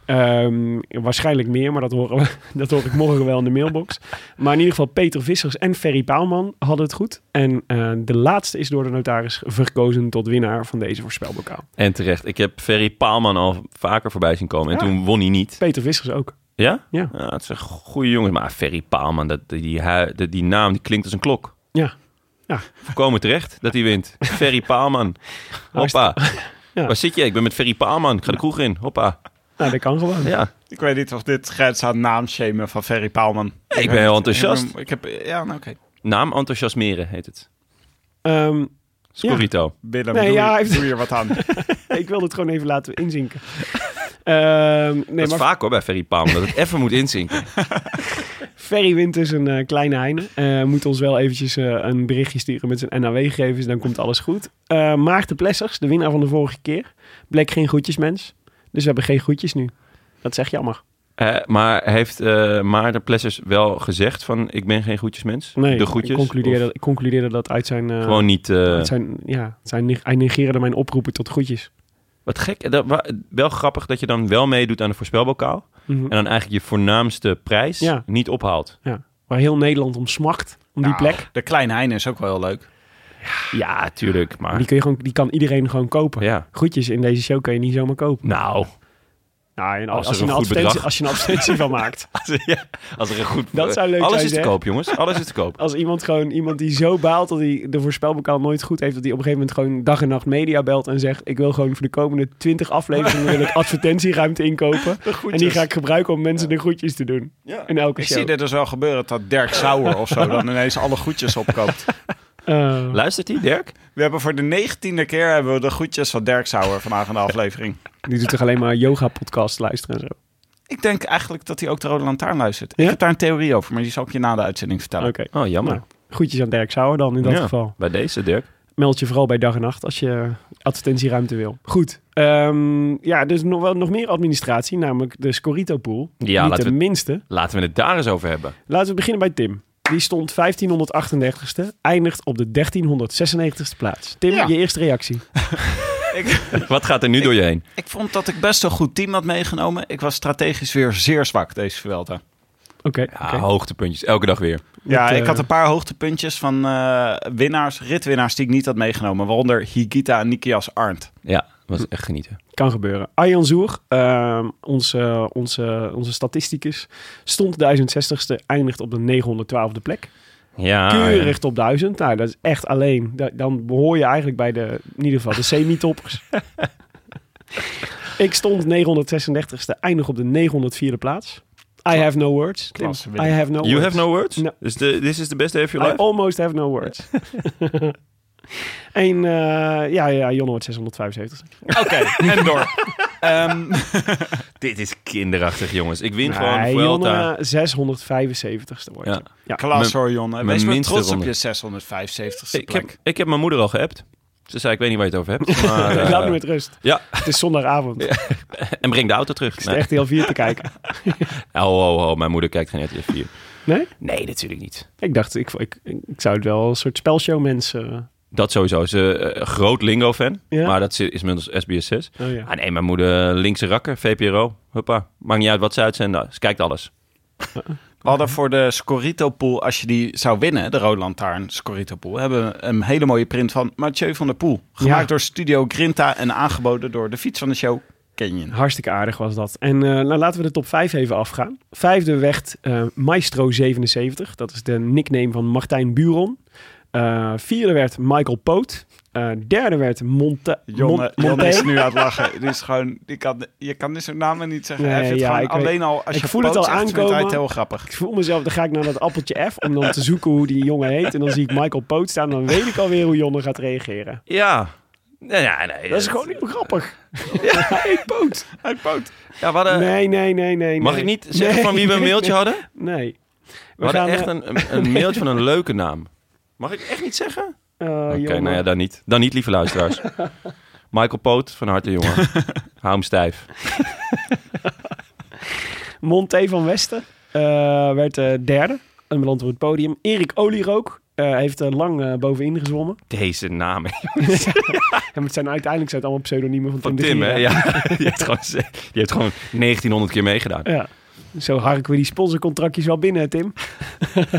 B: Ehm, waarschijnlijk meer, maar dat, horen we, dat hoor ik morgen wel in de mailbox. Maar in ieder geval Peter Vissers en Ferry Paalman hadden het goed. En eh, de laatste is door de notaris verkozen tot winnaar van deze voorspelbokaal.
A: En terecht. Ik heb Ferry Paalman al vaker voorbij zien komen. En
B: Ja.
A: toen won hij niet.
B: Peter Vissers ook.
A: Ja?
B: Ja.
A: het is een goede jongen. Maar Ferry Paalman, dat, die, hui- dat- die naam die klinkt als een klok.
B: Ja.
A: Voorkomen terecht dat hij wint. Ferry Paalman. Hoppa.
B: Ja.
A: Waar zit je? Ik ben met Ferry Paalman. Ik ga de kroeg in. Hoppa.
B: Nou, dat kan gewoon.
A: Ja.
E: Ik weet niet of dit grenst aan naamshamen van Ferry Paalman.
A: Ik ben heel enthousiast.
E: Ik heb, ja, nou, oké.
A: Naam enthousiasmeren heet het.
B: Ehm,
A: Scorito.
E: Willem,
B: Nee,
E: doe,
B: ja,
E: hier-
B: heeft-
E: doe hier wat aan.
B: ik wilde het gewoon even laten inzinken. Ehm, nee,
A: dat is vaak hoor bij Ferry Paalman. Dat het even moet inzinken.
B: Ferry wint dus een eh, kleine heine. Eh, moet ons wel eventjes eh, een berichtje sturen met zijn NAW-gegevens. Dan komt alles goed. Eh, Maarten Plessers, de winnaar van de vorige keer. Bleek geen groetjes, mens. Dus we hebben geen groetjes nu. Dat is echt jammer.
A: Eh, maar heeft eh Maarten Plessers wel gezegd van... Ik ben geen goedjesmens?
B: Nee,
A: de goedjes?
B: ik, concludeerde,
A: Of
B: ik concludeerde dat uit zijn... eh,
A: Gewoon niet... eh,
B: uit zijn, ja, zijn, neg- hij negeerde mijn oproepen tot groetjes.
A: Wat gek. eh, Dat, wa- wel grappig dat je dan wel meedoet aan de voorspelbokaal.
B: Mhm.
A: En dan eigenlijk je voornaamste prijs
B: Ja.
A: niet ophaalt.
B: Ja. Waar heel Nederland om smacht, om die
E: Nou,
B: plek.
E: De Kleine Heine is ook wel heel leuk.
A: Ja, tuurlijk. Maar
B: Die, kun je gewoon, die kan iedereen gewoon kopen.
A: ja.
B: Groetjes in deze show kan je niet zomaar kopen.
A: Nou,
B: Nou, en
A: Als
B: als,
A: er
B: als, je
A: een
B: een
A: goed
B: advertentie,
A: bedrag-
B: als je een advertentie van maakt.
A: Als, ja, als er een goed...
B: Dat zou leuk
A: Alles
B: zijn,
A: is te
B: zeg.
A: koop, jongens. Alles is te koop.
B: Als iemand gewoon iemand die zo baalt dat hij de voorspelbokaal nooit goed heeft, dat hij op een gegeven moment gewoon dag en nacht media belt en zegt: Ik wil gewoon voor de komende 20 afleveringen wil ik advertentieruimte inkopen. En die ga ik gebruiken om mensen de groetjes te doen. In elke
E: Ik
B: show.
E: zie dit dus wel gebeuren dat Dirk Sauer of zo dan ineens alle goedjes opkoopt.
B: Eh,
A: Luistert hij, Dirk?
E: We hebben voor de negentiende keer hebben we de goedjes van Dirk Sauer vandaag in de aflevering.
B: die doet toch alleen maar yoga-podcast luisteren en zo.
E: Ik denk eigenlijk dat hij ook de Rode Lantaarn luistert. Ik
B: Ja?
E: heb daar een theorie over, maar die zal ik je na de uitzending vertellen.
B: Oké.
A: Oh, jammer.
B: Nou, groetjes aan Dirk Sauer dan in dat
A: Ja.
B: geval.
A: Bij deze, Dirk.
B: meld je vooral bij dag en nacht als je advertentieruimte wil. Goed. Ehm, ja, dus nog wel nog meer administratie, namelijk de Scorito Pool.
A: Ja,
B: Niet
A: laten
B: de
A: we-
B: minste.
A: Laten we het daar eens over hebben.
B: Laten we beginnen bij Tim. Die stond 1538ste, eindigt op de 1396ste plaats. Tim,
E: Ja.
B: je eerste reactie.
A: Wat gaat er nu door je heen?
E: Ik vond dat ik best een goed team had meegenomen. Ik was strategisch weer zeer zwak deze Vuelta.
B: Oké.
A: Ja,
B: oké.
A: hoogtepuntjes. Elke dag weer.
E: Ja,
B: Met,
E: ik
B: eh,
E: had een paar hoogtepuntjes van eh, winnaars, ritwinnaars die ik niet had meegenomen. Waaronder Higita en Nikias Arndt.
A: Ja, was echt genieten.
B: Kan gebeuren. Arjan Zoer, ehm, onze, onze, onze statisticus, stond 1060ste, eindigt op de 912e plek.
A: Ah, Ja.
B: keurig top 1000. Nou, dat is echt alleen. da- Dan behoor je eigenlijk bij de, in ieder geval, de semi-toppers. ik stond 936ste, eindig op de 904e plaats. I have no words. Tim.
E: Klasse
B: I
E: winnaar.
B: have no
A: You
B: words.
A: have no words?
B: No. Oh,
A: Dus de, this is the best day of your
B: I
A: life?
B: almost have no words. en eh, ja, ja, Jon wordt 675.
E: Oké, en door. Ehm,
A: Dit is kinderachtig, jongens. Ik win gewoon
B: Nee,
A: Vuelta.
B: Jonne 675ste wordt.
A: Ja.
E: Klas
A: Mijn-
E: hoor, Jonne.
A: mijn
E: Wees maar
A: minste
E: trots op
A: ronde.
E: je 675ste
A: Ik
E: plek.
A: heb, ik heb mijn moeder al geappt. Ze zei, ik weet niet waar je het over hebt.
B: Ah,
A: Maar, eh,
B: Laat me met rust.
A: ja.
B: Het is zondagavond. Ik
A: en breng de auto terug.
B: zit
A: Nee.
B: echt heel vier te kijken.
A: Oh, oh, oh. Mijn moeder kijkt geen RTL 4.
B: Nee?
A: Nee, natuurlijk niet.
B: Ik dacht, ik, ik, ik zou het wel een soort spelshow mensen... eh,
A: Dat sowieso. Ze eh, een groot Lingo-fan.
B: Ja.
A: Maar dat is is inmiddels SBS6.
B: Oh ja.
A: Ah, nee, mijn moeder linkse rakker, VPRO. Huppa. Maakt niet uit wat ze uitzenden. Ze kijkt alles.
E: We hadden voor de Scorito Pool, als je die zou winnen, de Rode Lantaarn Scorito Pool, hebben we een hele mooie print van Mathieu van der Poel. Gemaakt
B: Ja.
E: door Studio Grinta en aangeboden door de fiets van de show Canyon.
B: Hartstikke aardig was dat. En eh, nou, laten we de top 5 even afgaan. Vijfde werd eh, Maestro77. Dat is de nickname van Martijn Buron. Eh, vierde werd Michael Poot. Eh, derde werd Monte...
E: Jonne,
B: Mon-
E: Jonne
B: Monté.
E: is nu aan het lachen. Dit is gewoon, die kan, je kan dit soort namen niet zeggen.
B: Nee,
E: Hij vindt
B: ja,
E: gewoon
B: ik weet-
E: alleen al als
B: ik
E: je
B: voel het
E: poot
B: al
E: zegt, vindt hij het
B: aankomen.
E: heel grappig.
B: Ik voel mezelf, dan ga ik naar dat appeltje F om dan te zoeken hoe die jongen heet. En dan zie ik Michael Poot staan. Dan weet ik alweer hoe Jonne gaat reageren.
A: Ja. Nee, nee, nee. eh,
B: Dat is gewoon heel grappig. Hey, Poot.
E: Hij poot.
A: Ja, we hadden-
B: Nee, nee, nee, nee.
A: Eh, Mag
B: nee.
A: ik niet zeggen van wie we een
B: Nee,
A: mailtje hadden?
B: Nee. nee.
A: We hadden
B: gaan,
A: echt
B: eh,
A: een, een- een mailtje van een leuke naam. Mag ik echt niet zeggen?
B: eh,
A: Oké,
B: Jonne.
A: nou ja, dan niet. Dan niet, lieve luisteraars. Michael Poot, van harte jongen. Hou hem stijf.
B: Monté van Westen eh, werd eh, derde. Een beland op het podium. Erik Olierook eh, heeft er lang eh, bovenin gezwommen.
A: Deze naam
B: En het zijn uiteindelijk zijn het allemaal pseudonymen van,
A: van
B: de
A: Tim, hè?
B: Gier.
A: Ja, die heeft gewoon, ze- die heeft gewoon 1900 keer meegedaan.
B: Ja. Zo harken we die sponsorcontractjes wel binnen, hè, Tim.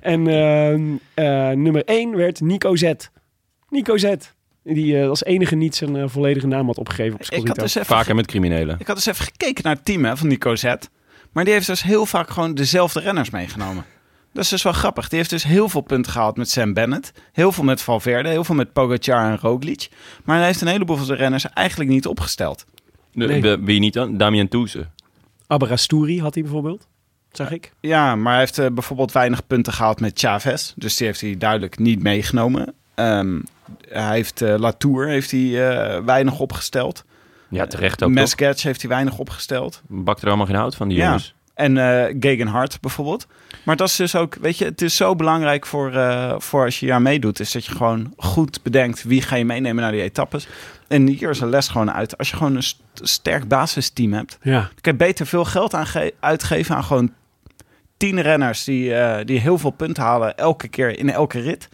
B: en ehm, eh, nummer 1 werd Nico Z. Nico Z. Die eh, als enige niet zijn eh, volledige naam had opgegeven op
E: Ik had,
B: Scorito.
E: dus even,
A: Vaker met criminelen.
E: ik had dus even gekeken naar het team hè, van Nico Z. Maar die heeft dus heel vaak gewoon dezelfde renners meegenomen. Dat is dus wel grappig. Die heeft dus heel veel punten gehaald met Sam Bennett. Heel veel met Valverde. Heel veel met Pogacar en Roglic. Maar hij heeft een heleboel van de renners eigenlijk niet opgesteld.
A: De-
B: Nee.
A: de- Wie niet dan? Damien Toeze.
B: Aberasturi had hij bijvoorbeeld, zag ik.
E: Ja, maar hij heeft eh, bijvoorbeeld weinig punten gehaald met Chavez. Dus die heeft hij duidelijk niet meegenomen. Ehm, hij heeft eh, Latour heeft hij, eh, weinig opgesteld.
A: Ja, terecht ook, toch?
E: Mesketch heeft hij weinig opgesteld.
A: Bakt er allemaal geen hout van, die
E: Ja.
A: jongens.
E: En eh Gegenhard bijvoorbeeld. Maar dat is dus ook, weet je, het is zo belangrijk voor, eh, voor als je daar meedoet, is dat je gewoon goed bedenkt wie ga je meenemen naar die etappes. En hier is een les gewoon uit. Als je gewoon een st- sterk basisteam hebt,
B: Ja.
E: dan kan je beter veel geld aan ge- uitgeven aan gewoon tien renners die, eh, die heel veel punten halen elke keer in elke rit.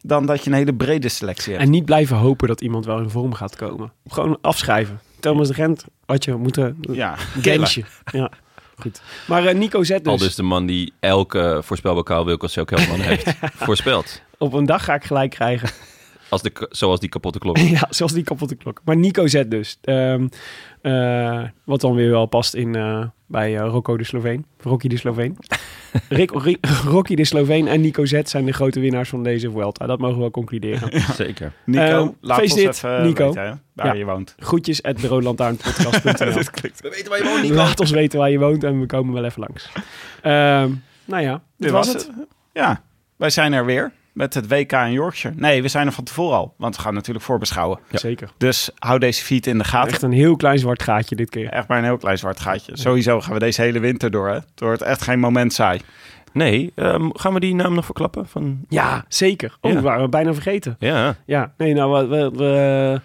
E: Dan dat je een hele brede selectie hebt.
B: En niet blijven hopen dat iemand wel in vorm gaat komen. Gewoon afschrijven. Thomas de Gent had je moeten...
E: ja,
B: Gensje. Ja, goed. Maar eh, Nico Z
A: Al
B: dus.
A: dus de man die elke voorspelbokaal Wilco Selkelman heeft voorspeld.
B: Op een dag ga ik gelijk krijgen.
A: Als de, k- zoals die kapotte klok.
B: ja, zelfs die kapotte klok. Maar Nico Zet dus. Ehm, eh, wat dan weer wel past in, eh, bij eh, Rocco de Sloveen. Rocky de Sloveen. Rick, Ri- Rocky de Sloveen en Nico Zet zijn de grote winnaars van deze Vuelta. Dat mogen we wel concluderen.
A: Zeker.
E: Nico,
B: Eh,
E: laat ons
B: feest dit,
E: even
B: Nico.
E: weten hè, waar
B: Ja.
E: je woont.
B: Groetjes at de
A: We weten waar je woont,
B: Laat ons weten waar je woont en we komen wel even langs. Ehm, nou ja, dit was het.
E: Ja, wij zijn er weer met het WK in Yorkshire. Nee, we zijn er van tevoren al, want we gaan natuurlijk voorbeschouwen.
B: Zeker.
E: Dus hou deze feed in de gaten.
B: Echt een heel klein zwart gaatje dit keer.
E: Echt maar een heel klein zwart gaatje. Sowieso gaan we deze hele winter door. Hè? Het wordt echt geen moment saai.
A: Nee, ehm, gaan we die naam nog verklappen? Van...
B: Ja, zeker. Oh,
A: Ja.
B: we waren bijna vergeten.
A: Ja.
B: Ja, nee, nou, we, we, we,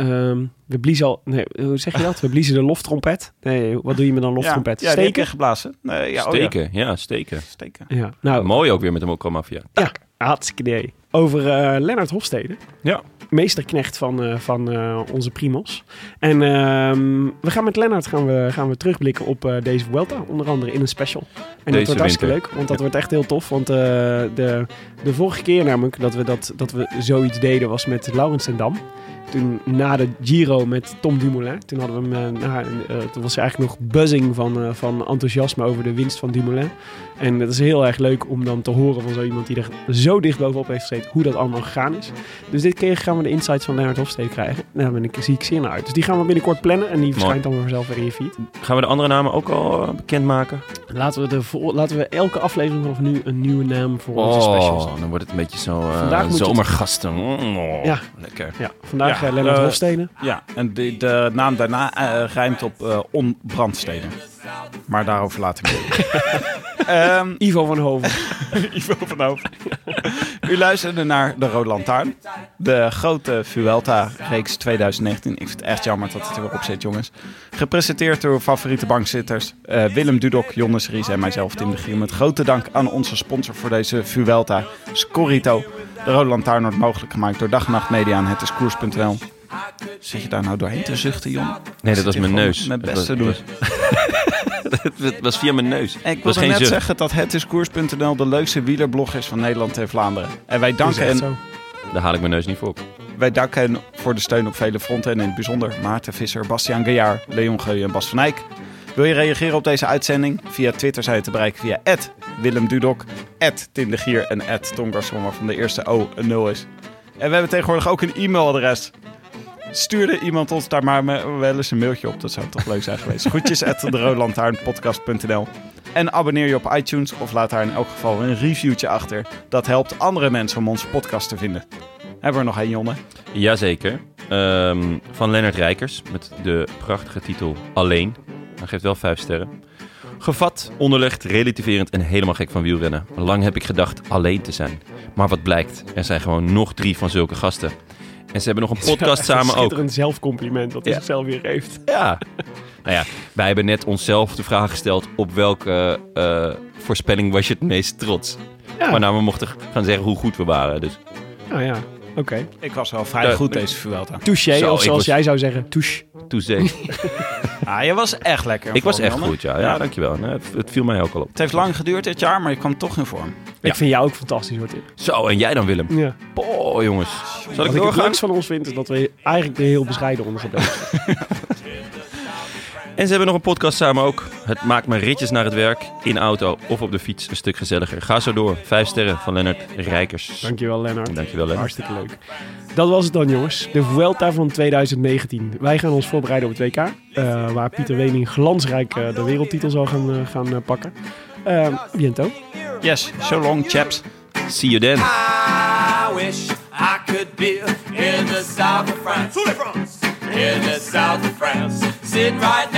B: ehm, we bliezen al... Nee, hoe zeg je dat? We bliezen de loftrompet. Nee, wat doe je met een loftrompet?
E: Ja, ja, die heb
B: Steken?
E: je geblazen. Nee, ja, oh ja.
A: steken, ja. steken.
E: Steken.
B: Ja, nou,
A: Mooi ook weer met de Mokromafia.
B: ja, hartstikke idee. Over eh, Lennart Hofstede.
A: Ja.
B: Meesterknecht van, eh, van eh, onze primos. En ehm, we gaan met Lennart gaan we, gaan we terugblikken op eh, deze Vuelta. Onder andere in een special. En dat wordt
A: winter.
B: hartstikke leuk. Want dat wordt echt heel tof. Want eh, de, de vorige keer namelijk dat we, dat, dat we zoiets deden was met Laurens en Dam. Toen na de Giro met Tom Dumoulin. Toen hadden we hem, eh, na, eh, toen was er eigenlijk nog buzzing van, eh, van enthousiasme over de winst van Dumoulin. En het is heel erg leuk om dan te horen van zo iemand die er zo dicht bovenop heeft gezeten hoe dat allemaal gegaan is. Dus dit keer gaan we de insights van Leonard Hofstede krijgen. Daar ben ik, zie ik zeer naar uit. Dus die gaan we binnenkort plannen en die verschijnt dan vanzelf weer in je feed.
A: Gaan we de andere namen ook al eh, bekendmaken?
B: Laten we, de vol- laten we elke aflevering vanaf nu een nieuwe naam voor onze specials. doen.
A: Oh, dan wordt het een beetje zo
B: Vandaag moet je het-
A: zomergasten. Oh,
B: Ja.
A: Lekker.
B: Ja, vandaag
E: Ja,
B: eh, Leonard
E: eh,
B: Hofstede.
E: Ja, en de, de naam daarna eh, rijmt op eh, onbrandsteden. Maar daarover laat ik het. Ehm,
B: Ivo van Hoven.
E: Ivo van Hoofd. U luisterde naar de Rode Lantaarn. De grote Vuelta-reeks 2019. Ik vind het echt jammer dat het er weer op zit, jongens. Gepresenteerd door uw favoriete bankzitters eh, Willem Dudok, Jonas Ries en mijzelf, Tim de Gier. Met grote dank aan onze sponsor voor deze Vuelta, Scorrito. De Rode Lantaarn wordt mogelijk gemaakt door Dag en Nacht Media en het is koers.nl. Zit je daar nou doorheen te zuchten, Jon?
A: Nee, dat was mijn neus.
E: Mijn
A: Dat
E: best te
A: was-
E: doen.
A: Het was via mijn neus.
E: En ik
A: was
E: wilde net
A: zucht.
E: zeggen dat hetiskoers.nl de leukste wielerblog is van Nederland en Vlaanderen. En wij
B: Dat is
E: danken
B: echt
E: en
B: zo.
A: Daar haal ik mijn neus niet voor op.
E: Wij danken hen voor de steun op vele fronten en in het bijzonder Maarten Visser, Bastiaan Gaillard, Leon Geuy en Bas van Eyck. Wil je reageren op deze uitzending? Via Twitter zijn we te bereiken via Willem Dudok, Tim de Gier en Tongarson, waarvan de eerste O een 0 is. En we hebben tegenwoordig ook een e-mailadres. Stuurde iemand ons daar maar me- wel eens een mailtje op. Dat zou toch leuk zijn geweest. Groetjes at deroodlantaarnpodcast.nl En abonneer je op iTunes of laat daar in elk geval een reviewtje achter. Dat helpt andere mensen om onze podcast te vinden. Hebben we er nog één, Jonne?
A: Jazeker. Ehm, van Lennart Rijkers met de prachtige titel Alleen. Hij geeft wel vijf sterren. Gevat, onderlegd, relativerend en helemaal gek van wielrennen. Lang heb ik gedacht alleen te zijn. Maar wat blijkt, er zijn gewoon nog drie van zulke gasten. En ze hebben nog een podcast
B: Ja,
A: samen ook.
B: Schitterend zelfcompliment dat hij
A: Ja.
B: zichzelf weer heeft.
A: Ja. nou ja, wij hebben net onszelf de vraag gesteld... op welke eh, voorspelling was je het meest trots?
B: Ja.
A: Waarna we mochten gaan zeggen hoe goed we waren. Dus
B: Nou ja, oké.
E: Ik was wel vrij
A: Eh,
E: goed deze Vuelta.
B: Touché,
A: Zo,
B: of
A: ik
B: zoals
A: was-
B: jij zou zeggen, touche.
A: toezee.
E: Ah, je was echt lekker.
A: ik was
E: Vooral,
A: echt
E: Janne.
A: goed, ja. Ja, dankjewel. Nee, het, het viel mij ook al op.
E: Het heeft lang geduurd dit jaar, maar je kwam toch in vorm.
B: Ik vind jou ook fantastisch, hoor, Tim.
A: Zo, en jij dan Willem?
B: Ja.
A: Boah, jongens. Zal ik
B: Wat ik het
A: doorgaan?
B: leukst van ons vind, is dat we eigenlijk er heel bescheiden onder gebleven zijn.
A: En ze hebben nog een podcast samen ook. Het maakt me ritjes naar het werk, in auto of op de fiets. Een stuk gezelliger. Ga zo door. Vijf sterren van Lennart Rijkers.
B: Dankjewel, Lennart.
A: Dankjewel, Lennart.
B: Hartstikke leuk. Dat was het dan, jongens. De Vuelta van 2019. Wij gaan ons voorbereiden op het WK. eh, waar Pieter Wening glansrijk eh, de wereldtitel zal gaan, eh, gaan eh, pakken. Eh biento.
E: Yes, so long, chaps.
A: See you then.
D: I wish I could be in the south of France. In the south of France. Sitting right